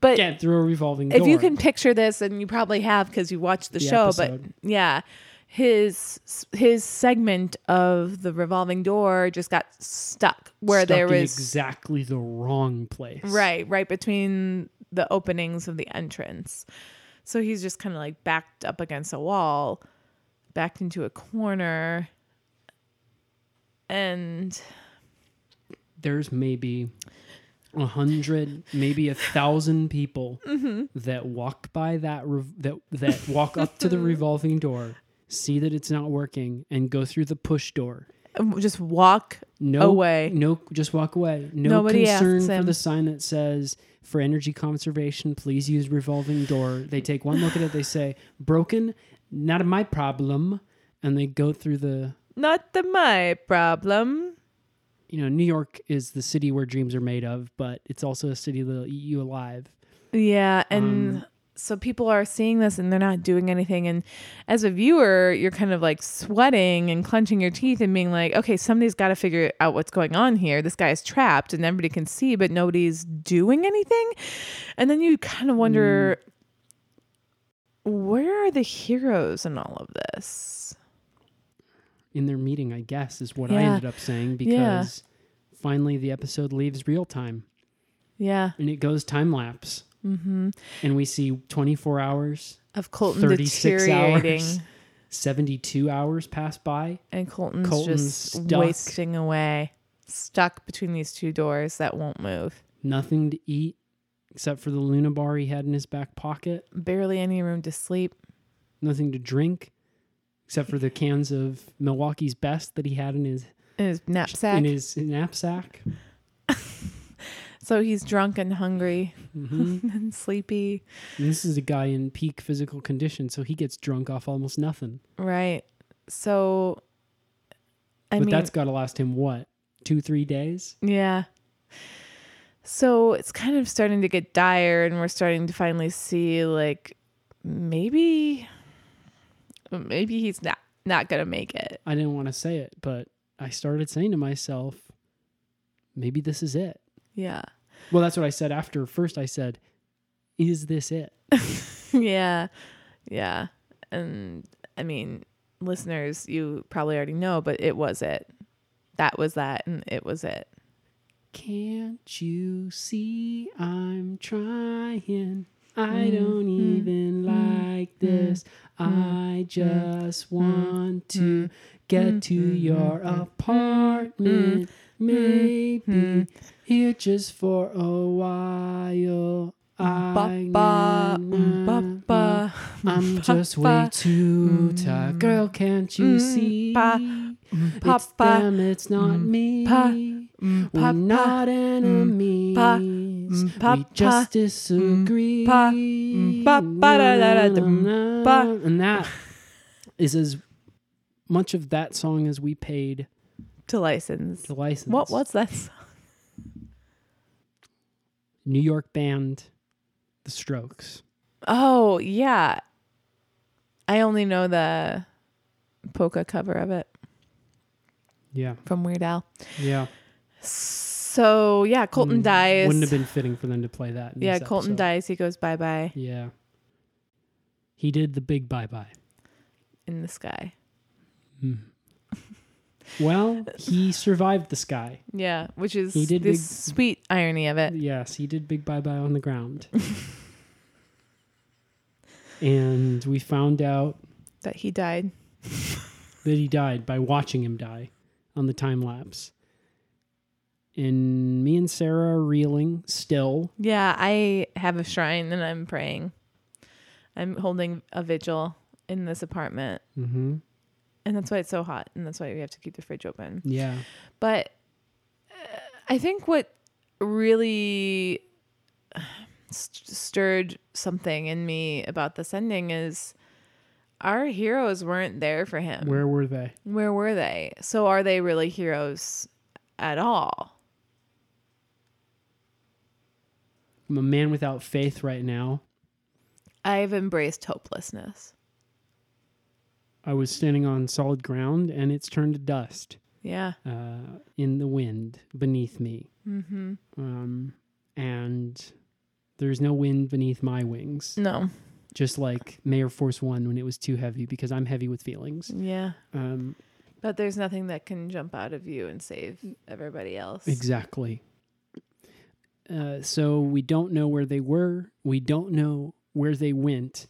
Speaker 2: but
Speaker 1: get through a revolving door
Speaker 2: if you can picture this and you probably have because you watched the,
Speaker 1: The
Speaker 2: show
Speaker 1: episode.
Speaker 2: but yeah his his segment of the revolving door just got stuck where
Speaker 1: Stuck
Speaker 2: there
Speaker 1: in
Speaker 2: was
Speaker 1: exactly the wrong place
Speaker 2: right right between the openings of the entrance so he's just kind of like backed up against a wall backed into a corner and
Speaker 1: there's maybe a hundred, maybe a thousand people
Speaker 2: Mm-hmm.
Speaker 1: that walk by that rev- that that walk up to the revolving door, see that it's not working, and go through the push door.
Speaker 2: just walk
Speaker 1: No
Speaker 2: Away.
Speaker 1: No, just walk away. No
Speaker 2: Nobody
Speaker 1: concern
Speaker 2: asks
Speaker 1: for
Speaker 2: him.
Speaker 1: the sign that says for energy conservation, please use revolving door. They take one look at it. They say broken, not my problem, and they go through the.
Speaker 2: not the my problem
Speaker 1: You know, New York is the city where dreams are made of, but it's also a city that'll eat you alive.
Speaker 2: Yeah, and
Speaker 1: Um,
Speaker 2: so people are seeing this and they're not doing anything. And as a viewer, you're kind of like sweating and clenching your teeth and being like, okay, somebody's got to figure out what's going on here. This guy's trapped and everybody can see, but nobody's doing anything. And then you kind of wonder,
Speaker 1: Hmm.
Speaker 2: where are the heroes in all of this?
Speaker 1: in their meeting, I guess, is what I
Speaker 2: Yeah.
Speaker 1: ended up saying
Speaker 2: Yeah.
Speaker 1: because finally the episode leaves real time
Speaker 2: Yeah,
Speaker 1: and it goes time lapse. Mm-hmm. And we see 24 hours,
Speaker 2: of Colton
Speaker 1: 36
Speaker 2: deteriorating
Speaker 1: hours, 72 hours pass by.
Speaker 2: and Colton's,
Speaker 1: Colton's
Speaker 2: just
Speaker 1: stuck.
Speaker 2: wasting away, stuck between these two doors that won't move.
Speaker 1: Nothing to eat except for the Luna bar he had in his back pocket.
Speaker 2: Barely any room to sleep.
Speaker 1: Nothing to drink except for the cans of Milwaukee's Best that he had in his
Speaker 2: in his knapsack.
Speaker 1: in his knapsack.
Speaker 2: so he's drunk and hungry
Speaker 1: Mm-hmm.
Speaker 2: and sleepy.
Speaker 1: And this is a guy in peak physical condition, so he gets drunk off almost nothing.
Speaker 2: Right. So I
Speaker 1: but
Speaker 2: mean
Speaker 1: that's got to last him what? 2 3 days?
Speaker 2: yeah. So it's kind of starting to get dire and we're starting to finally see like maybe maybe he's not not going to make it.
Speaker 1: I didn't want to say it, but I started saying to myself, maybe this is it.
Speaker 2: Yeah.
Speaker 1: Well, that's what I said after. First, I said, is this it?
Speaker 2: yeah. Yeah. And I mean, listeners, you probably already know, but it was it. That was that and it was it.
Speaker 1: Can't you see I'm trying? I don't even like this. I just want to get to your apartment. Maybe here just for a while.
Speaker 2: Um,
Speaker 1: I
Speaker 2: Ba-ba,
Speaker 1: na-
Speaker 2: mm, ba-ba,
Speaker 1: I'm just way
Speaker 2: ba-ba,
Speaker 1: too tired. Girl, can't you see?
Speaker 2: pa,
Speaker 1: It's
Speaker 2: pa-pa,
Speaker 1: them, it's not me. We're
Speaker 2: pa,
Speaker 1: not
Speaker 2: Mm.
Speaker 1: enemies. Mm.
Speaker 2: pa,
Speaker 1: we just
Speaker 2: pa,
Speaker 1: disagree.
Speaker 2: Mm. pa, mm, pa, pa, da, da, da, da, mm, pa.
Speaker 1: And that is as much of that song as we paid
Speaker 2: to license.
Speaker 1: the license.
Speaker 2: What was that song?
Speaker 1: New York band, The Strokes.
Speaker 2: Oh, yeah. I only know the polka cover of it
Speaker 1: Yeah,
Speaker 2: from Weird Al.
Speaker 1: yeah.
Speaker 2: So, yeah, Colton
Speaker 1: Mm,
Speaker 2: dies.
Speaker 1: Wouldn't have been fitting for them to play that. in
Speaker 2: yeah,
Speaker 1: this
Speaker 2: Colton
Speaker 1: episode.
Speaker 2: dies. He goes bye bye
Speaker 1: Yeah. He did the big bye bye.
Speaker 2: in the sky.
Speaker 1: Mm. Well, he survived the sky.
Speaker 2: Yeah, which is
Speaker 1: He
Speaker 2: the
Speaker 1: did big-
Speaker 2: sweet irony of it.
Speaker 1: Yes, he did big bye bye on the ground. and we found out
Speaker 2: That he died.
Speaker 1: that he died by watching him die on the time lapse. And me and Sarah are reeling still.
Speaker 2: Yeah, I have a shrine and I'm praying. I'm holding a vigil in this apartment.
Speaker 1: Mm-hmm.
Speaker 2: And that's why it's so hot. And that's why we have to keep the fridge open.
Speaker 1: Yeah.
Speaker 2: But uh, I think what really uh, st- stirred something in me about this ending is our heroes weren't there for him.
Speaker 1: Where were they?
Speaker 2: Where were they? So are they really heroes at all?
Speaker 1: I'm a man without faith right now.
Speaker 2: I've embraced hopelessness.
Speaker 1: I was standing on solid ground and it's turned to dust.
Speaker 2: Yeah.
Speaker 1: uh, in the wind beneath me. Mm-hmm. Um, and there's no wind beneath my wings,
Speaker 2: No.
Speaker 1: just like Mayor Force One when it was too heavy, because I'm heavy with feelings.
Speaker 2: Yeah.
Speaker 1: Um,
Speaker 2: But there's nothing that can jump out of you and save everybody else.
Speaker 1: exactly. Uh, so we don't know where they were. We don't know where they went.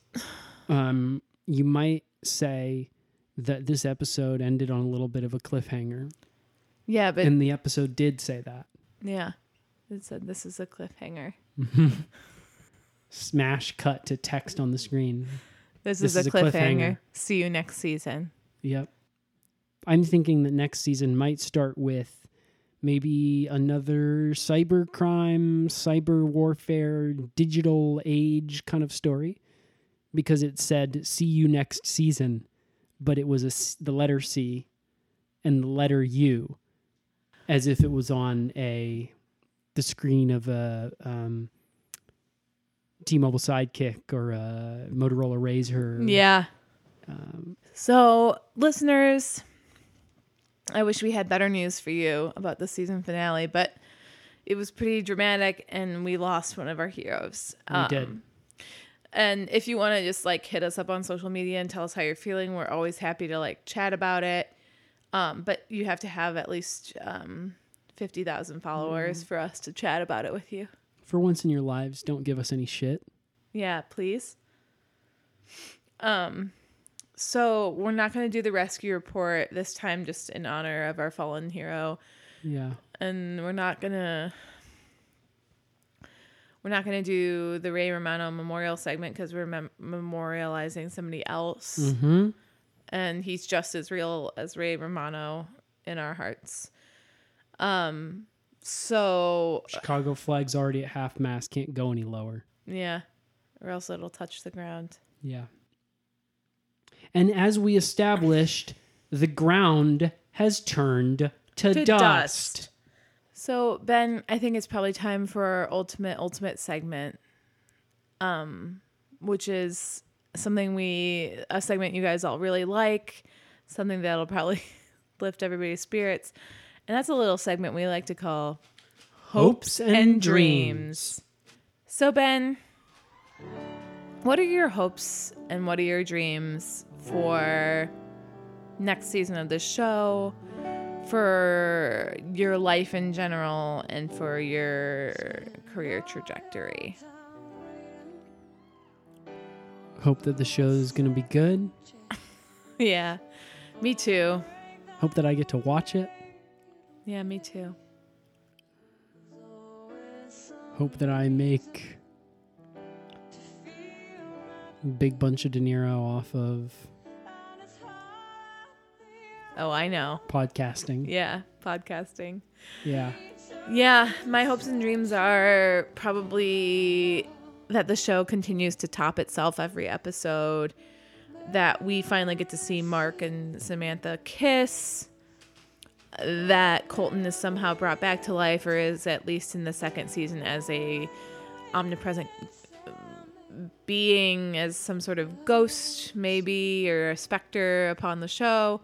Speaker 1: Um, you might say that this episode ended on a little bit of a cliffhanger,
Speaker 2: Yeah, but
Speaker 1: and the episode did say that.
Speaker 2: yeah. It said this is a cliffhanger.
Speaker 1: Smash cut to text on the screen.
Speaker 2: This,
Speaker 1: This
Speaker 2: is, a, cliffhanger.
Speaker 1: cliffhanger.
Speaker 2: See you next season.
Speaker 1: Yep. I'm thinking that next season might start with maybe another cyber crime, cyber warfare, digital age kind of story because it said see you next season, but it was a s the letter C and the letter U as if it was on a the screen of a um T-Mobile Sidekick or a Motorola Razor.
Speaker 2: Yeah. Um, so, listeners, I wish we had better news for you about the season finale, but it was pretty dramatic and we lost one of our heroes. Uh,
Speaker 1: We did.
Speaker 2: And if you want to just like hit us up on social media and tell us how you're feeling, we're always happy to like chat about it. Um, but you have to have at least um, 50,000 followers for us to chat about it with you.
Speaker 1: For once in your lives, don't give us any shit.
Speaker 2: Yeah, please. Um, so we're not going to do the rescue report this time, just in honor of our fallen hero,
Speaker 1: Yeah.
Speaker 2: and we're not gonna we're not gonna do the Ray Romano memorial segment because we're mem- memorializing somebody else,
Speaker 1: Mm-hmm.
Speaker 2: and he's just as real as Ray Romano in our hearts. Um, so
Speaker 1: Chicago flag's already at half mast, can't go any lower.
Speaker 2: yeah, or else it'll touch the ground.
Speaker 1: Yeah. And as we established, the ground has turned to,
Speaker 2: To
Speaker 1: dust.
Speaker 2: dust. So Ben, I think it's probably time for our ultimate ultimate segment, um, which is something we a segment you guys all really like, something that'll probably lift everybody's spirits, and that's a little segment we like to call
Speaker 1: Hopes and
Speaker 2: Dreams. So Ben, what are your hopes and what are your dreams for next season of the show? for your life in general and for your career trajectory.
Speaker 1: Hope that the show is going to be good.
Speaker 2: Yeah. Me too.
Speaker 1: Hope that I get to watch it.
Speaker 2: Yeah, me too.
Speaker 1: Hope that I make a big bunch of De Niro off of
Speaker 2: Oh, I know.
Speaker 1: podcasting.
Speaker 2: Oh, Yeah. podcasting.
Speaker 1: Yeah.
Speaker 2: Yeah, my hopes and dreams are probably that the show continues to top itself every episode, that we finally get to see Mark and Samantha kiss, that Colton is somehow brought back to life or is at least in the second season as a omnipresent being as some sort of ghost maybe or a specter upon the show.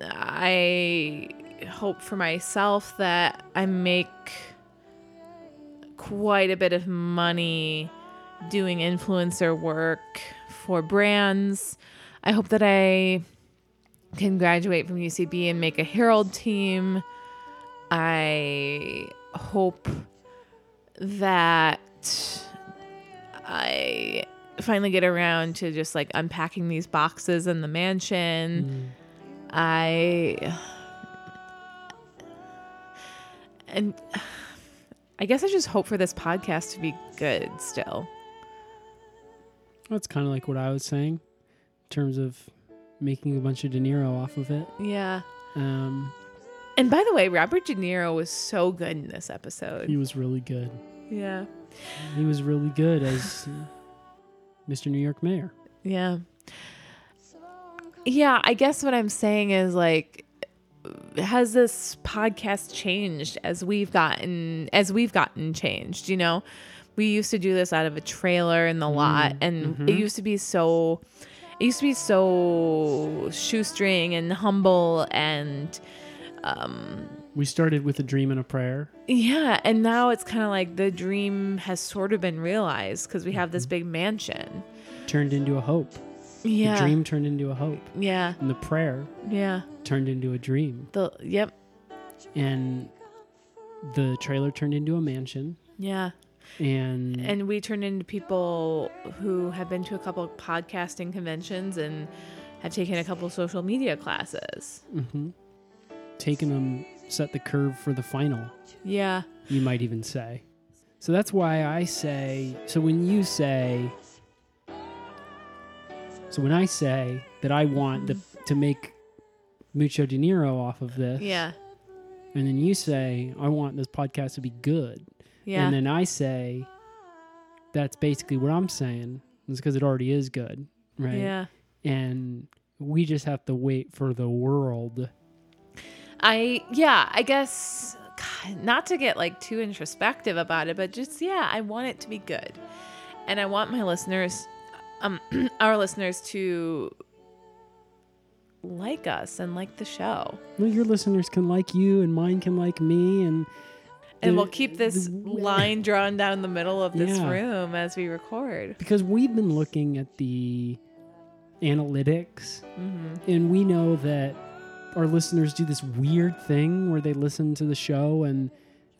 Speaker 2: I hope for myself that I make quite a bit of money doing influencer work for brands. I hope that I can graduate from UCB and make a Herald team. I hope that I finally get around to just like unpacking these boxes in the mansion. I and I guess I just hope for this podcast to be good still.
Speaker 1: That's kind of like what I was saying in terms of making a bunch of De Niro off of it.
Speaker 2: Yeah.
Speaker 1: Um,
Speaker 2: And by the way, Robert De Niro was so good in this episode.
Speaker 1: he was really good.
Speaker 2: Yeah.
Speaker 1: He was really good as uh, Mr. New York Mayor.
Speaker 2: Yeah. Yeah, I guess what I'm saying is like has this podcast changed as we've gotten as we've gotten changed, you know? We used to do this out of a trailer
Speaker 1: Mm,
Speaker 2: in the lot and
Speaker 1: mm-hmm.
Speaker 2: it used to be so it used to be so shoestring and humble and
Speaker 1: We started with a dream and a prayer.
Speaker 2: yeah, and now it's kind of like the dream has sort of been realized cuz we have this big mansion.
Speaker 1: turned into a hope.
Speaker 2: Yeah.
Speaker 1: Mm-hmm. The dream turned into a hope.
Speaker 2: Yeah.
Speaker 1: And the prayer
Speaker 2: Yeah.
Speaker 1: turned into a dream.
Speaker 2: The yep.
Speaker 1: And the trailer turned into a mansion.
Speaker 2: Yeah.
Speaker 1: And,
Speaker 2: and we turn into people who have been to a couple podcasting conventions and have taken a couple social media classes.
Speaker 1: taking them set the curve for the final,
Speaker 2: Yeah.
Speaker 1: you might even say. So that's why I say, so when you say, so when I say that I want the, to make Mucho De Niro off of this,
Speaker 2: Yeah.
Speaker 1: and then you say, I want this podcast to be good.
Speaker 2: Yeah.
Speaker 1: And then I say, that's basically what I'm saying. It's because it already is good, right?
Speaker 2: Yeah.
Speaker 1: And we just have to wait for the world.
Speaker 2: I yeah, I guess God, not to get like too introspective about it, but just yeah, I want it to be good. And I want my listeners um our listeners to like us and like the show.
Speaker 1: Well, your listeners can like you, and mine can like me, and
Speaker 2: And
Speaker 1: The-
Speaker 2: we'll keep this line drawn down the middle of this
Speaker 1: Yeah.
Speaker 2: room as we record.
Speaker 1: because we've been looking at the analytics, and we know that our listeners do this weird thing where they listen to the show and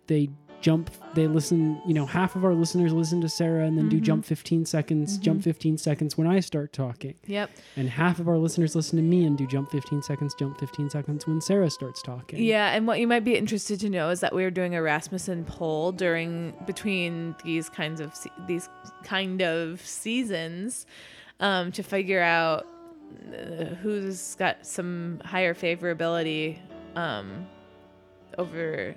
Speaker 1: they jump they listen you know half of our listeners listen to sarah and then do jump 15 seconds jump 15 seconds when i start talking
Speaker 2: Yep.
Speaker 1: And half of our listeners listen to me and do jump 15 seconds, jump 15 seconds when Sarah starts talking.
Speaker 2: Yeah, and what you might be interested to know is that we were doing a Rasmussen poll during between these kinds of se- these kind of seasons um, to figure out uh, who's got some higher favorability um, over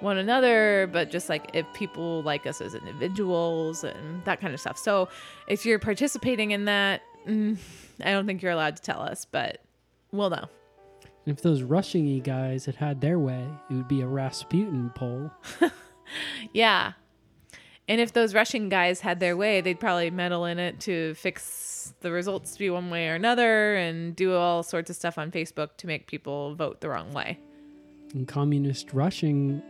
Speaker 2: one another, but just like if people like us as individuals and that kind of stuff. So if you're participating in that, mm, I don't think you're allowed to tell us, but we'll know.
Speaker 1: And if those Russian guys had had their way, it would be a Rasputin poll.
Speaker 2: Yeah. And if those Russian guys had their way, they'd probably meddle in it to fix the results to be one way or another and do all sorts of stuff on Facebook to make people vote the wrong way.
Speaker 1: And communist Russian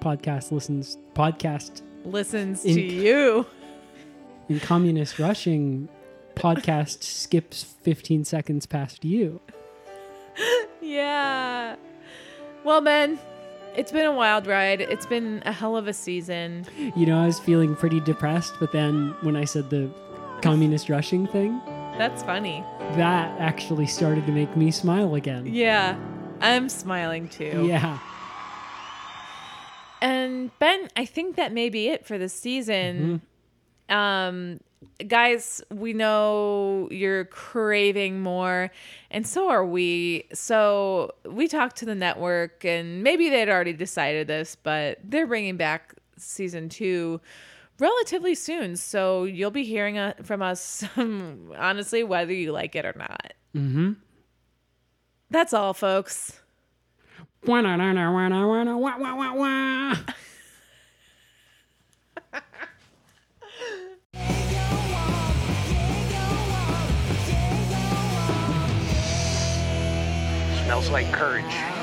Speaker 1: podcast listens, podcast,
Speaker 2: Listens to
Speaker 1: In-
Speaker 2: you.
Speaker 1: and communist Russian podcast skips 15 seconds past you.
Speaker 2: Yeah. Well, Ben, it's been a wild ride. It's been a hell of a season.
Speaker 1: You know, I was feeling pretty depressed, but then when I said the communist Russian thing,
Speaker 2: That's funny.
Speaker 1: that actually started to make me smile again.
Speaker 2: Yeah. I'm smiling too.
Speaker 1: Yeah.
Speaker 2: And Ben, I think that may be it for this season. Um, guys, we know you're craving more, and so are we. So we talked to the network, and maybe they'd already decided this, but they're bringing back season two relatively soon. So you'll be hearing uh, from us, honestly, whether you like it or not. Mm-hmm. That's all, folks.
Speaker 1: That's
Speaker 5: Smells like courage.